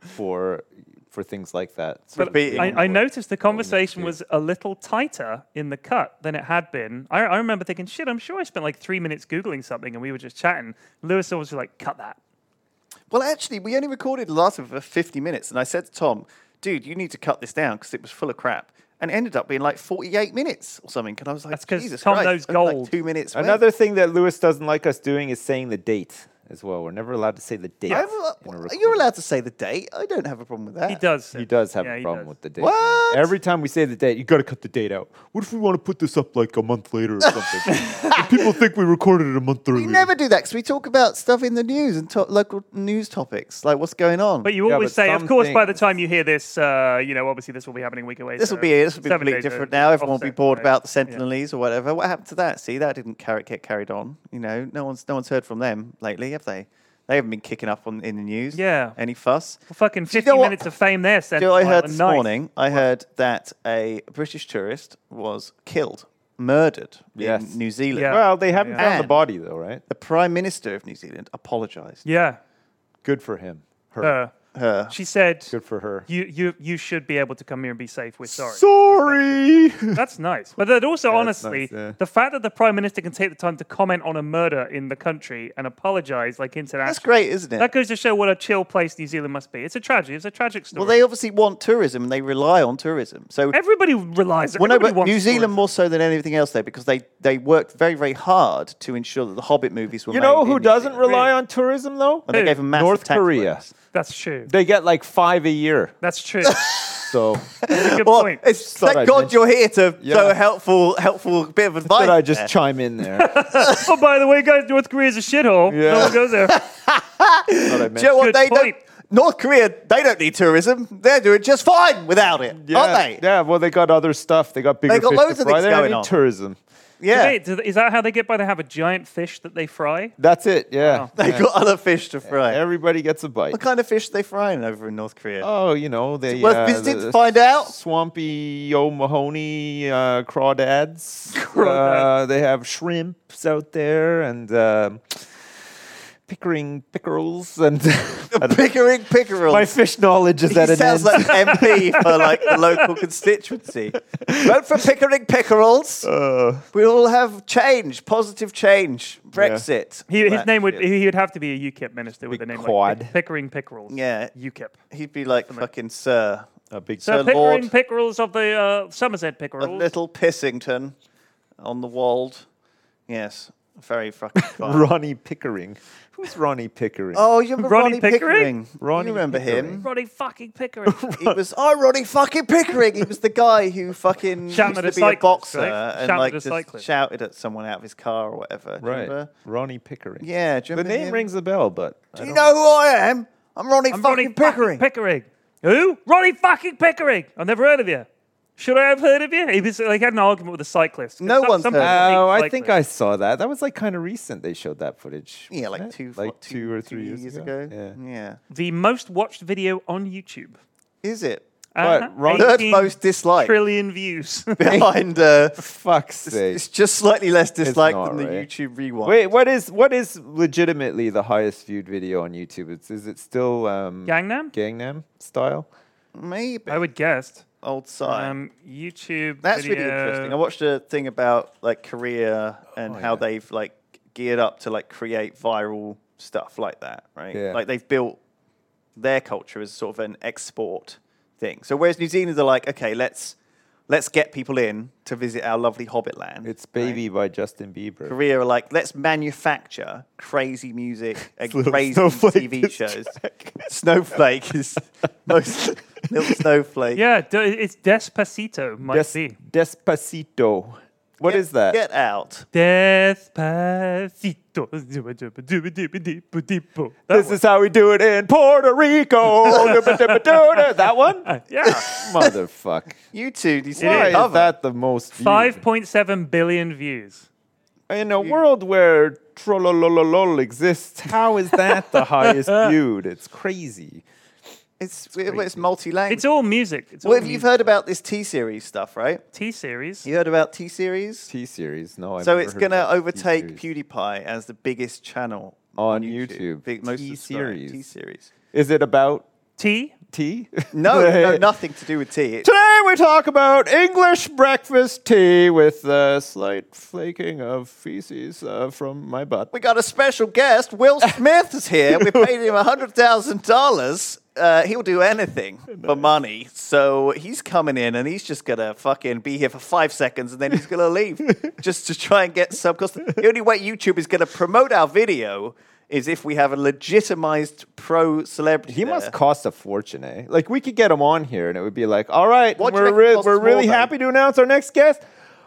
for for things like that.
but
repeating
I, I
what-
noticed the
what we need to
conversation
do.
was a little tighter in the cut than it had been. I, I remember thinking, shit, I'm sure I spent like three minutes googling something, and we were just chatting. Lewis was just like, cut that.
Well, actually, we only recorded the last of it for 50 minutes, and I said to Tom, "Dude, you need to cut this down because it was full of crap." And it ended up being like 48 minutes or something. And I was like,
That's 'cause
Jesus
Tom
Christ,
knows
only like
gold.
two minutes. left."
Another thing that Lewis doesn't like us doing is saying the date as well. We're never allowed to say the date.
I'm- uh,
in a
you're
recording.
allowed to say the date. I don't have a problem with that.
He does.
He
it.
does have
Yeah,
a
he
problem
does.
with the date.
What?
Every time we say the date, you got to cut the date out. What if we want to put this up like a month later or something? If people think we recorded it a month earlier.
We never do that because we talk about stuff in the news and to- local news topics, like what's going on.
But you
Yeah,
always
but
say, of
some
course, by the
things-
time you hear this, uh, you know, obviously this will be happening a week away.
This will
so
be this will be
seven
completely
days uh,
different
of
now. Everyone will be
offset,
bored
right?
about the
Yeah.
Sentinelese or whatever. What happened to that? See, that didn't carry, get carried on. You know, no one's no one's heard from them lately, have they? They haven't been kicking up on in the news.
Yeah.
Any fuss?
Well, fucking
Do you
50
know what-
minutes of fame there,
Do you know
Sentinel.
what I heard this
and nice.
morning? I heard that a British tourist was killed, murdered
Yes.
in New Zealand.
Yeah.
Well, they haven't
Yeah.
found the
And-
body though, right?
The Prime Minister of New Zealand apologised.
Yeah.
Good for him. Her.
Her.
Her.
She said,
Good for her.
you, you, you should be able to come here and be safe. We're sorry.
Sorry.
That's nice. But that also,
that's
honestly,
nice, yeah.
the fact that the Prime Minister can take the time to comment on a murder in the country and apologize, like
That's
internationally,
great, isn't it?
that goes to show what a chill place New Zealand must be. It's a tragedy. It's a tragic story.
well, they obviously want tourism and they rely on tourism. So
Everybody relies.
Well, no,
everybody
but
wants
New Zealand
tourism.
more so than anything else, though, because they, they worked very, very hard to ensure that the Hobbit movies were
You
made
know
in
who
New
doesn't
Zealand.
rely on tourism though?
And they
Who?
gave them massive
North
tax
Korea.
breaks.
That's true.
They get like five a year.
That's true.
So
That's a good
Well,
point.
it's,
Thought
thank
I'd
God
mention-
you're here to
Yeah.
throw a helpful, helpful bit of advice.
thought I just
there.
chime in there. Thought
oh, by the way, guys, North Korea's a shithole.
Yeah.
No one goes there.
I
Do you know
mentioned-
what
Good
they
point.
don't? North Korea, they don't need tourism. They're doing just fine without it, aren't they?
Yeah, well, they got other stuff. They got bigger
They got
fish
loads
to
of
fry.
things
They don't
going
need
on.
tourism.
Yeah,
Wait, do they- is that how they get by? They have a giant fish that they fry.
That's it. Yeah.
they got other fish to fry.
Everybody gets a bite.
what kind of fish are they frying over in North Korea?
Oh, you know, they
worth
uh,
visiting
the
to find out?
Swampy O'Mahony uh, crawdads. Uh,
Crawdads.
they have shrimps out there and um pickering pickerels and
Pickering pickerel.
my fish knowledge is at
he
an
sounds
end.
like an MP for like the local constituency. Vote for Pickering Pickerels.
Uh,
We all have change, positive change. Brexit.
He, his
That
name would
shit.
he would have to be a UKIP minister with a name like
quad.
Pick- Pickering Pickerels.
Yeah.
UKIP.
He'd be like fucking Sir,
a big
So
Sir
Uh, Pickering
Lord-
Pickerels of the uh, Somerset
a
Pickerels.
little Pissington on the Wold. Yes, very fucking. fine.
Ronnie Pickering. Who's Ronnie Pickering?
Oh, you remember
Ronnie
Ronnie,
Pickering?
Pickering?
Ronnie
you remember him?
Roddy fucking Pickering.
He was oh Ronnie fucking Pickering. He was the guy who fucking
Shouted
used
at
to be a
cyclists,
boxer
right?
and
Shouted
like
at
just
cyclists.
shouted at someone out of his car or whatever. Do you
right.
remember?
Ronnie Pickering.
Yeah, do you
The
remember
name
him?
rings a bell, but I
Do you
don't-
know who I am? I'm Ronnie
I'm Roddy
fucking Pickering.
Pickering. Who? Roddy fucking Pickering. I've never heard of you. Should I have heard of you? He was like had an argument with a cyclist. 'Cause
No one's
people
heard of
hate
Oh, I think I
cyclists.
saw that. That was like kind of recent. They showed that footage.
yeah, like
wasn't it?
two,
like
what,
two, or three years, ago. Mm. Yeah.
Yeah.
the most watched video on YouTube.
Is it
But Ron-
Third
18
most disliked.
Trillion views.
behind? Uh,
Fuck's sake.
it's just slightly less disliked
not,
than the
right?
YouTube rewind.
Wait, what is what is legitimately the highest viewed video on YouTube? It's, is it still um,
Gangnam?
Gangnam style?
maybe
I would guess.
old side.
Um, YouTube.
That's
video.
really interesting. I watched a thing about like Korea and how
Oh, yeah.
they've like geared up to like create viral stuff like that, right?
Yeah.
Like they've built their culture as sort of an export thing. So whereas New Zealanders are like, okay, let's let's get people in to visit our lovely Hobbit land.
It's Baby by Justin Bieber.
Korea are like, let's manufacture crazy music and
Little
crazy
Snowflake
TV
diss
shows. Snowflake is most little snowflake.
Yeah, d- it's Despacito might
Des-
be.
Despacito. What
What is
is that?
Get out.
Despacito. That
This
one.
is how we do it in Puerto Rico. that one?
yeah.
Motherfuck.
You two, these
Why
love
is that the most viewed?
5.7 billion views.
in a world where Trollololol exists? How is that the highest viewed? It's crazy.
It's it's, multi-language.
It's all music. It's
well,
all
if you've heard about this T series stuff, right?
T series.
You heard about T series?
T series, no. I've
So
never
it's
heard
going to
of
overtake
T-series.
PewDiePie as the biggest channel
on YouTube.
Big, most
T
T
series.
series.
Is it about
T.
tea?
No, no, nothing to do with tea. It's
Today we talk about English breakfast tea with a slight flaking of feces uh, from my butt.
We got a special guest. Will Smith is here. We paid him $100,000. Uh, he'll do anything for money. So he's coming in and he's just going to fucking be here for five seconds and then he's going to leave just to try and get some. Because the only way YouTube is going to promote our video is if we have a legitimized pro celebrity.
He must
there.
cost a fortune, eh? Like we could get him on here, and it would be like, all right,
What do you
we're
reckon
re-
costs
we're
more
really
then?
happy to announce our next guest,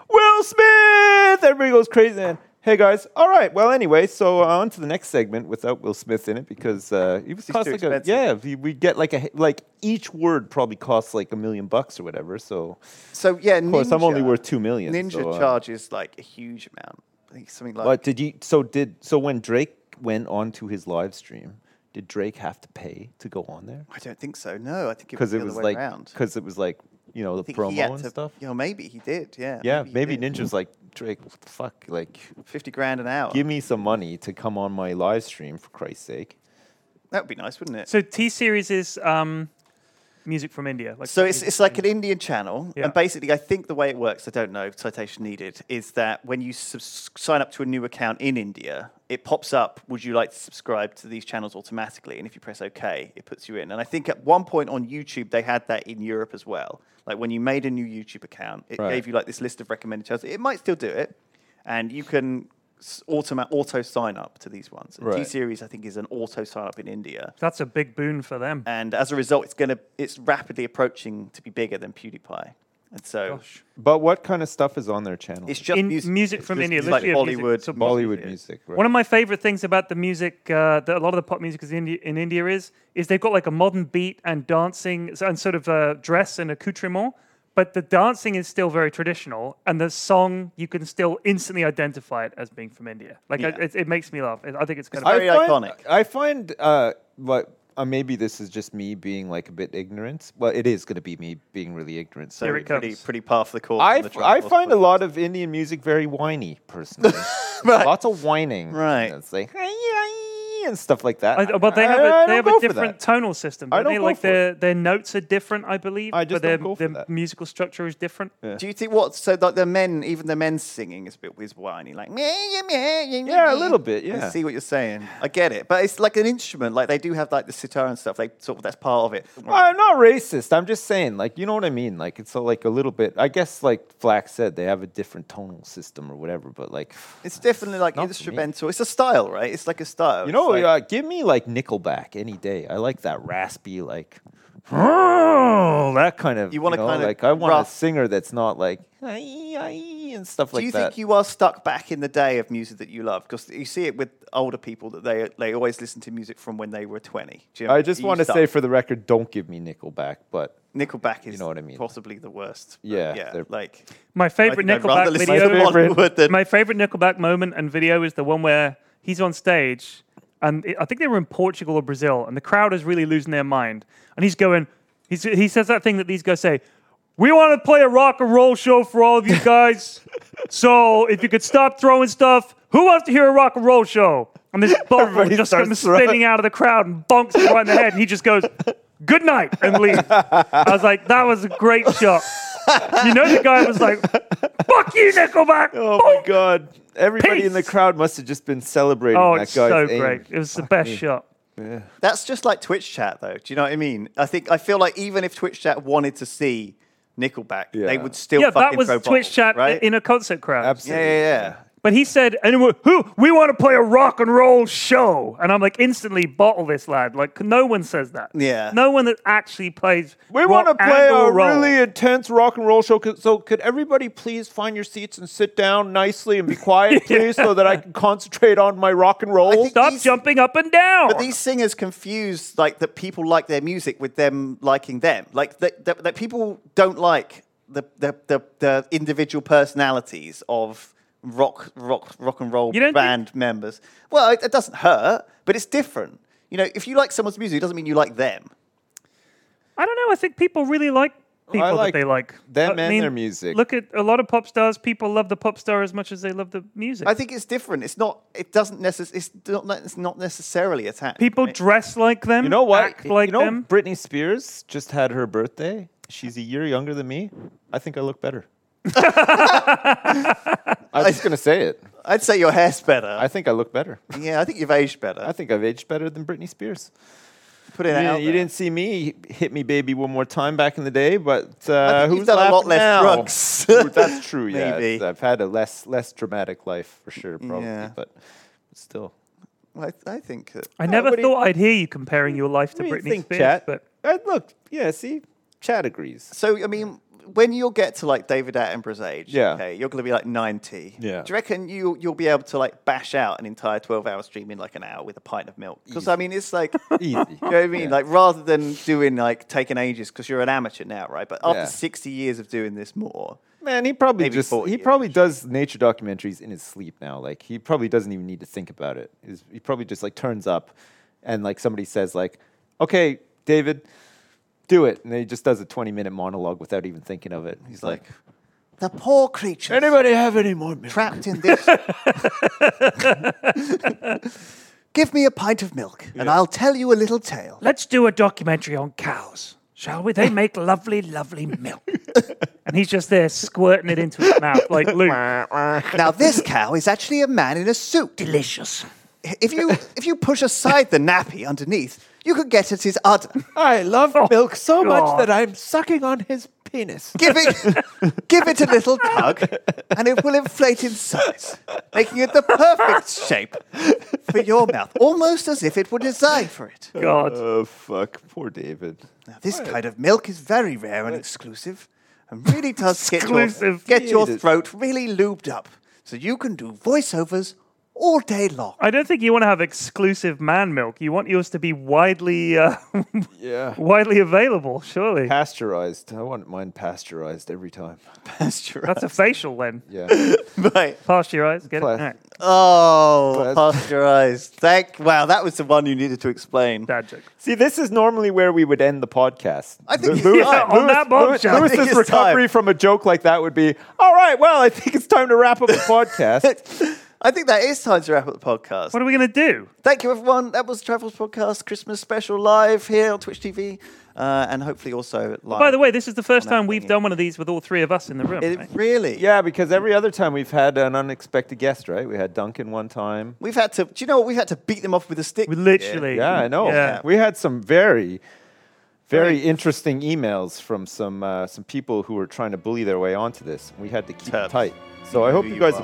Will Smith. Everybody goes crazy. And, hey guys, all right. Well, anyway, so uh, on to the next segment without Will Smith in it because uh, he was
He's
cost
too
like a,
expensive.
yeah. We we get like a like each word probably costs like a million bucks or whatever. So
So yeah,
of course, I'm only
Ninja-
worth two million.
Ninja
so, uh,
charges like a huge amount. I think something like
But did you? So did so when Drake went on to his live stream, did Drake have to pay to go on there?
I don't think so. No, I think it was
because
the
it
other
was
way
like
around.
because it was like you know the
think he had
promo and
to-
stuff.
You know, maybe he did. Yeah.
Yeah,
he
maybe,
did.
Ninja's like Drake. What the fuck? Like,
fifty grand an hour.
give me some money to come on my live stream for Christ's sake.
That would be nice, wouldn't it? So,
So T series is um, music from India. Like
it's it's like an Indian channel,
Yeah.
and basically, I think the way it works, I don't know, citation needed, is that when you subs- sign up to a new account in India, it pops up, "Would you like to subscribe to these channels automatically?" And if you press OK, it puts you in. And I think at one point on YouTube, they had that in Europe as well. Like when you made a new YouTube account, it
Right.
gave you like this list of recommended channels. It might still do it, and you can. s- Automa- auto sign up to these ones.
Right.
T series, I think, is an auto sign up in India.
that's a big boon for them.
and as a result, it's gonna it's rapidly approaching to be bigger than PewDiePie, and so
Gosh.
But what kind of stuff is on their channel?
it's just
In-
music,
music
It's
from
just
India,
music, like
literally of music.
Bollywood,
So
Bollywood music. Right?
One of my favorite things about the music, uh, that a lot of the pop music is in, in India is, is they've got like a modern beat and dancing s- and sort of uh, dress and accoutrement, but the dancing is still very traditional, and the song you can still instantly identify it as being from India. Like I,
Yeah.
it, it makes me laugh. I I think it's kind of
I- very
find,
iconic.
I find uh, like uh, maybe this is just me being like a bit ignorant. Well, it is going to be me being really ignorant. So
Here it
pretty
comes.
pretty par for the course.
I,
on the
f- I
Triforce
find a
podcast.
lot of Indian music very whiny, personally. Lots of whining.
Right.
It's like, "Hey, hey," and stuff like that.
I, well, they
I-
have
I- I
a,
don't
they have
go
a
for
different
that.
tonal system.
I
Don't they?
don't go
Like
for it.
their their notes are different, I believe.
I
but
just
their,
don't go for
their
that.
musical structure is different.
Do you think what? So like the men, even the men singing is a bit is whiny, like meh, yeah, meh, yeah,
Yeah, a
meh.
little bit,
I
yeah.
see what you're saying. I get it, but it's like an instrument. Like they do have like the sitar and stuff. They sort of that's part of it.
I'm not racist. I'm just saying, like, you know what I mean? Like, it's a, like a little bit, I guess, like Flack said, they have a different tonal system or whatever, but like,
It's definitely like
Not for me.
instrumental. It's a style, right? It's like a style.
you know,
It's like-
uh, give me like Nickelback any day. I like that raspy, like, that kind of,
You wanna
know,
kinda
like, I want
rough-
a singer that's not like, "Ay, ay," and stuff like
do you
that.
think you are stuck back in the day of music that you love? Because you see it with older people that they they always listen to music from when they were twenty. Do you know what
I
mean?
just
Are you
want to
stuck?
say for the record, don't give me Nickelback, but
Nickelback is
know what I mean.
possibly the worst. but
Yeah,
yeah,
they're-
like
My favorite
think I'd rather
Nickelback
listen
video.
to Bollywood than
my favorite Nickelback moment and video is the one where he's on stage, and it- I think they were in Portugal or Brazil, and the crowd is really losing their mind, and he's going, he's, he says that thing that these guys say. We want to play a rock and roll show for all of you guys. so if you could stop throwing stuff, who wants to hear a rock and roll show? And this bumper
Everybody
just
starts
comes
throwing-
spinning out of the crowd and bonks him right in the head. And he just goes, "Good night," and leaves. I was like, "That was a great shot." You know, the guy was like, "Fuck you, Nickelback!"
Oh my
Boom.
god! Everybody in the
Peace.
crowd must have just been celebrating
Oh,
that
it's
guy's
so
aim.
great. It was the best shot.
that's just like Twitch chat, though. Do you know what I mean? I think I feel like even if Twitch chat wanted to see Nickelback,
Yeah.
they would still
yeah,
fucking
that was
throw
Twitch
bottles,
chat
right?
in a concert crowd.
Absolutely.
yeah, yeah, yeah.
But he said, and we- who we want to play a rock and roll show, and I'm like instantly bottle this lad. Like no one says that.
Yeah.
No one that actually plays.
We
rock
want to
and
play
or
a
roll.
really intense rock and roll show. Could- So, could everybody please find your seats and sit down nicely and be quiet, please, so that I can concentrate on my rock and roll?
think-
stop
these-
jumping up and down.
But these singers confuse like that people like their music with them liking them. Like that, that, that people don't like the, the, the, the individual personalities of rock rock rock and roll
You don't think-
band members. Well, it, it doesn't hurt, but it's different. You know, if you like someone's music, it doesn't mean you like them.
I don't know. I think people really like people
like
that they like.
them
I
and their music.
Look at a lot of pop stars. People love the pop star as much as they love the music.
I think it's different. It's not. It doesn't necess- It's not. It's not necessarily attached.
people dress like them.
You know what?
Act like
you know,
them.
Britney Spears just had her birthday. She's a year younger than me. I think I look better. I was just gonna say it.
I'd say your hair's better.
I think I look better.
yeah, I think you've aged better.
I think I've aged better than Britney Spears.
Put it
You,
out.
didn't- you
there.
didn't see me hit me baby one more time back in the day, but
I
uh,
think
who's
you've done a lot
laughing
less
now?
drugs.
Ooh, That's true. Yeah,
Maybe.
It's- I've had a less less dramatic life for sure, probably,
Yeah.
but still.
Well, I, I think. That,
I never
what do you-
thought I'd hear you comparing your life to
What do you
Britney
think,
Spears.
Chat?
But
Uh, look, yeah, see, Chad agrees.
So I mean, when you'll get to like David Attenborough's age,
Yeah.
okay, you're gonna be like ninety.
Yeah.
Do you reckon you you'll be able to like bash out an entire twelve hour stream in like an hour with a pint of milk? Because I mean, it's like. You
Easy.
know what I mean?
Yeah.
Like, rather than doing like taking ages, because you're an amateur now, right? But after
Yeah.
60 years of doing this more,
Man, he probably
Maybe
just
40
he
years.
probably does nature documentaries in his sleep now. Like he probably doesn't even need to think about it. He's, he probably just like turns up and like somebody says like, "Okay, David, do it." And then he just does a 20-minute monologue without even thinking of it. He's like,
the poor creature
"Anybody have any more milk?"
trapped in this. Give me a pint of milk, and I'll tell you a little tale.
let's do a documentary on cows, shall we? They make lovely, lovely milk. and he's just there squirting it into his mouth like Luke.
Now, this cow is actually a man in a suit.
Delicious.
if you if you push aside the nappy underneath, you could get at his udder,
I love milk so
God.
much that I'm sucking on his penis.
give it give it a little tug, and it will inflate in size, making it the perfect shape for your mouth, almost as if it were designed for it.
God.
Oh fuck, poor David.
Now, this kind of milk is very rare and exclusive, and really does get your,
Exclusive.
get your
Jesus.
throat really lubed up, so you can do voiceovers all day long.
I don't think you want to have exclusive man milk. You want yours to be widely uh,
Yeah.
widely available, surely.
Pasteurized. I want mine pasteurized every time.
That's a facial then.
Yeah.
right.
Pasteurized. Get it?
Pla-
All right.
Oh,
But-
pasteurized. Thank. Wow, that was the one you needed to explain.
Dad joke.
See, this is normally where we would end the podcast.
I think
Lu-
it's time.
On that bombshell. I
Lewis's
think it's
recovery
time.
from a joke like that would be, all right, well, I think it's time to wrap up the podcast.
I think that is time to wrap up the podcast.
What are we going to do?
Thank you, everyone. That was Travels Podcast Christmas special live here on Twitch TV, uh, and hopefully also live.
By the way, this is the first
that
time we've
thingy.
done one of these with all three of us in the room.
It-
right?
really,
yeah, because every other time we've had an unexpected guest, right? We had Duncan one time.
we've had to. Do you know what? We've had to beat them off with a stick.
We literally.
Yeah, I know.
Yeah.
We had some very, very interesting emails from some uh, some people who were trying to bully their way onto this. We had to keep
Terps.
it tight. So I hope
who
you
you
guys
are.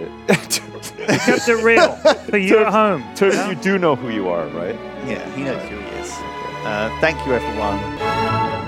it.
Kept it real for you at home.
Terps, you do know who you are, right?
Yeah, he knows who he is. Uh, thank you, everyone.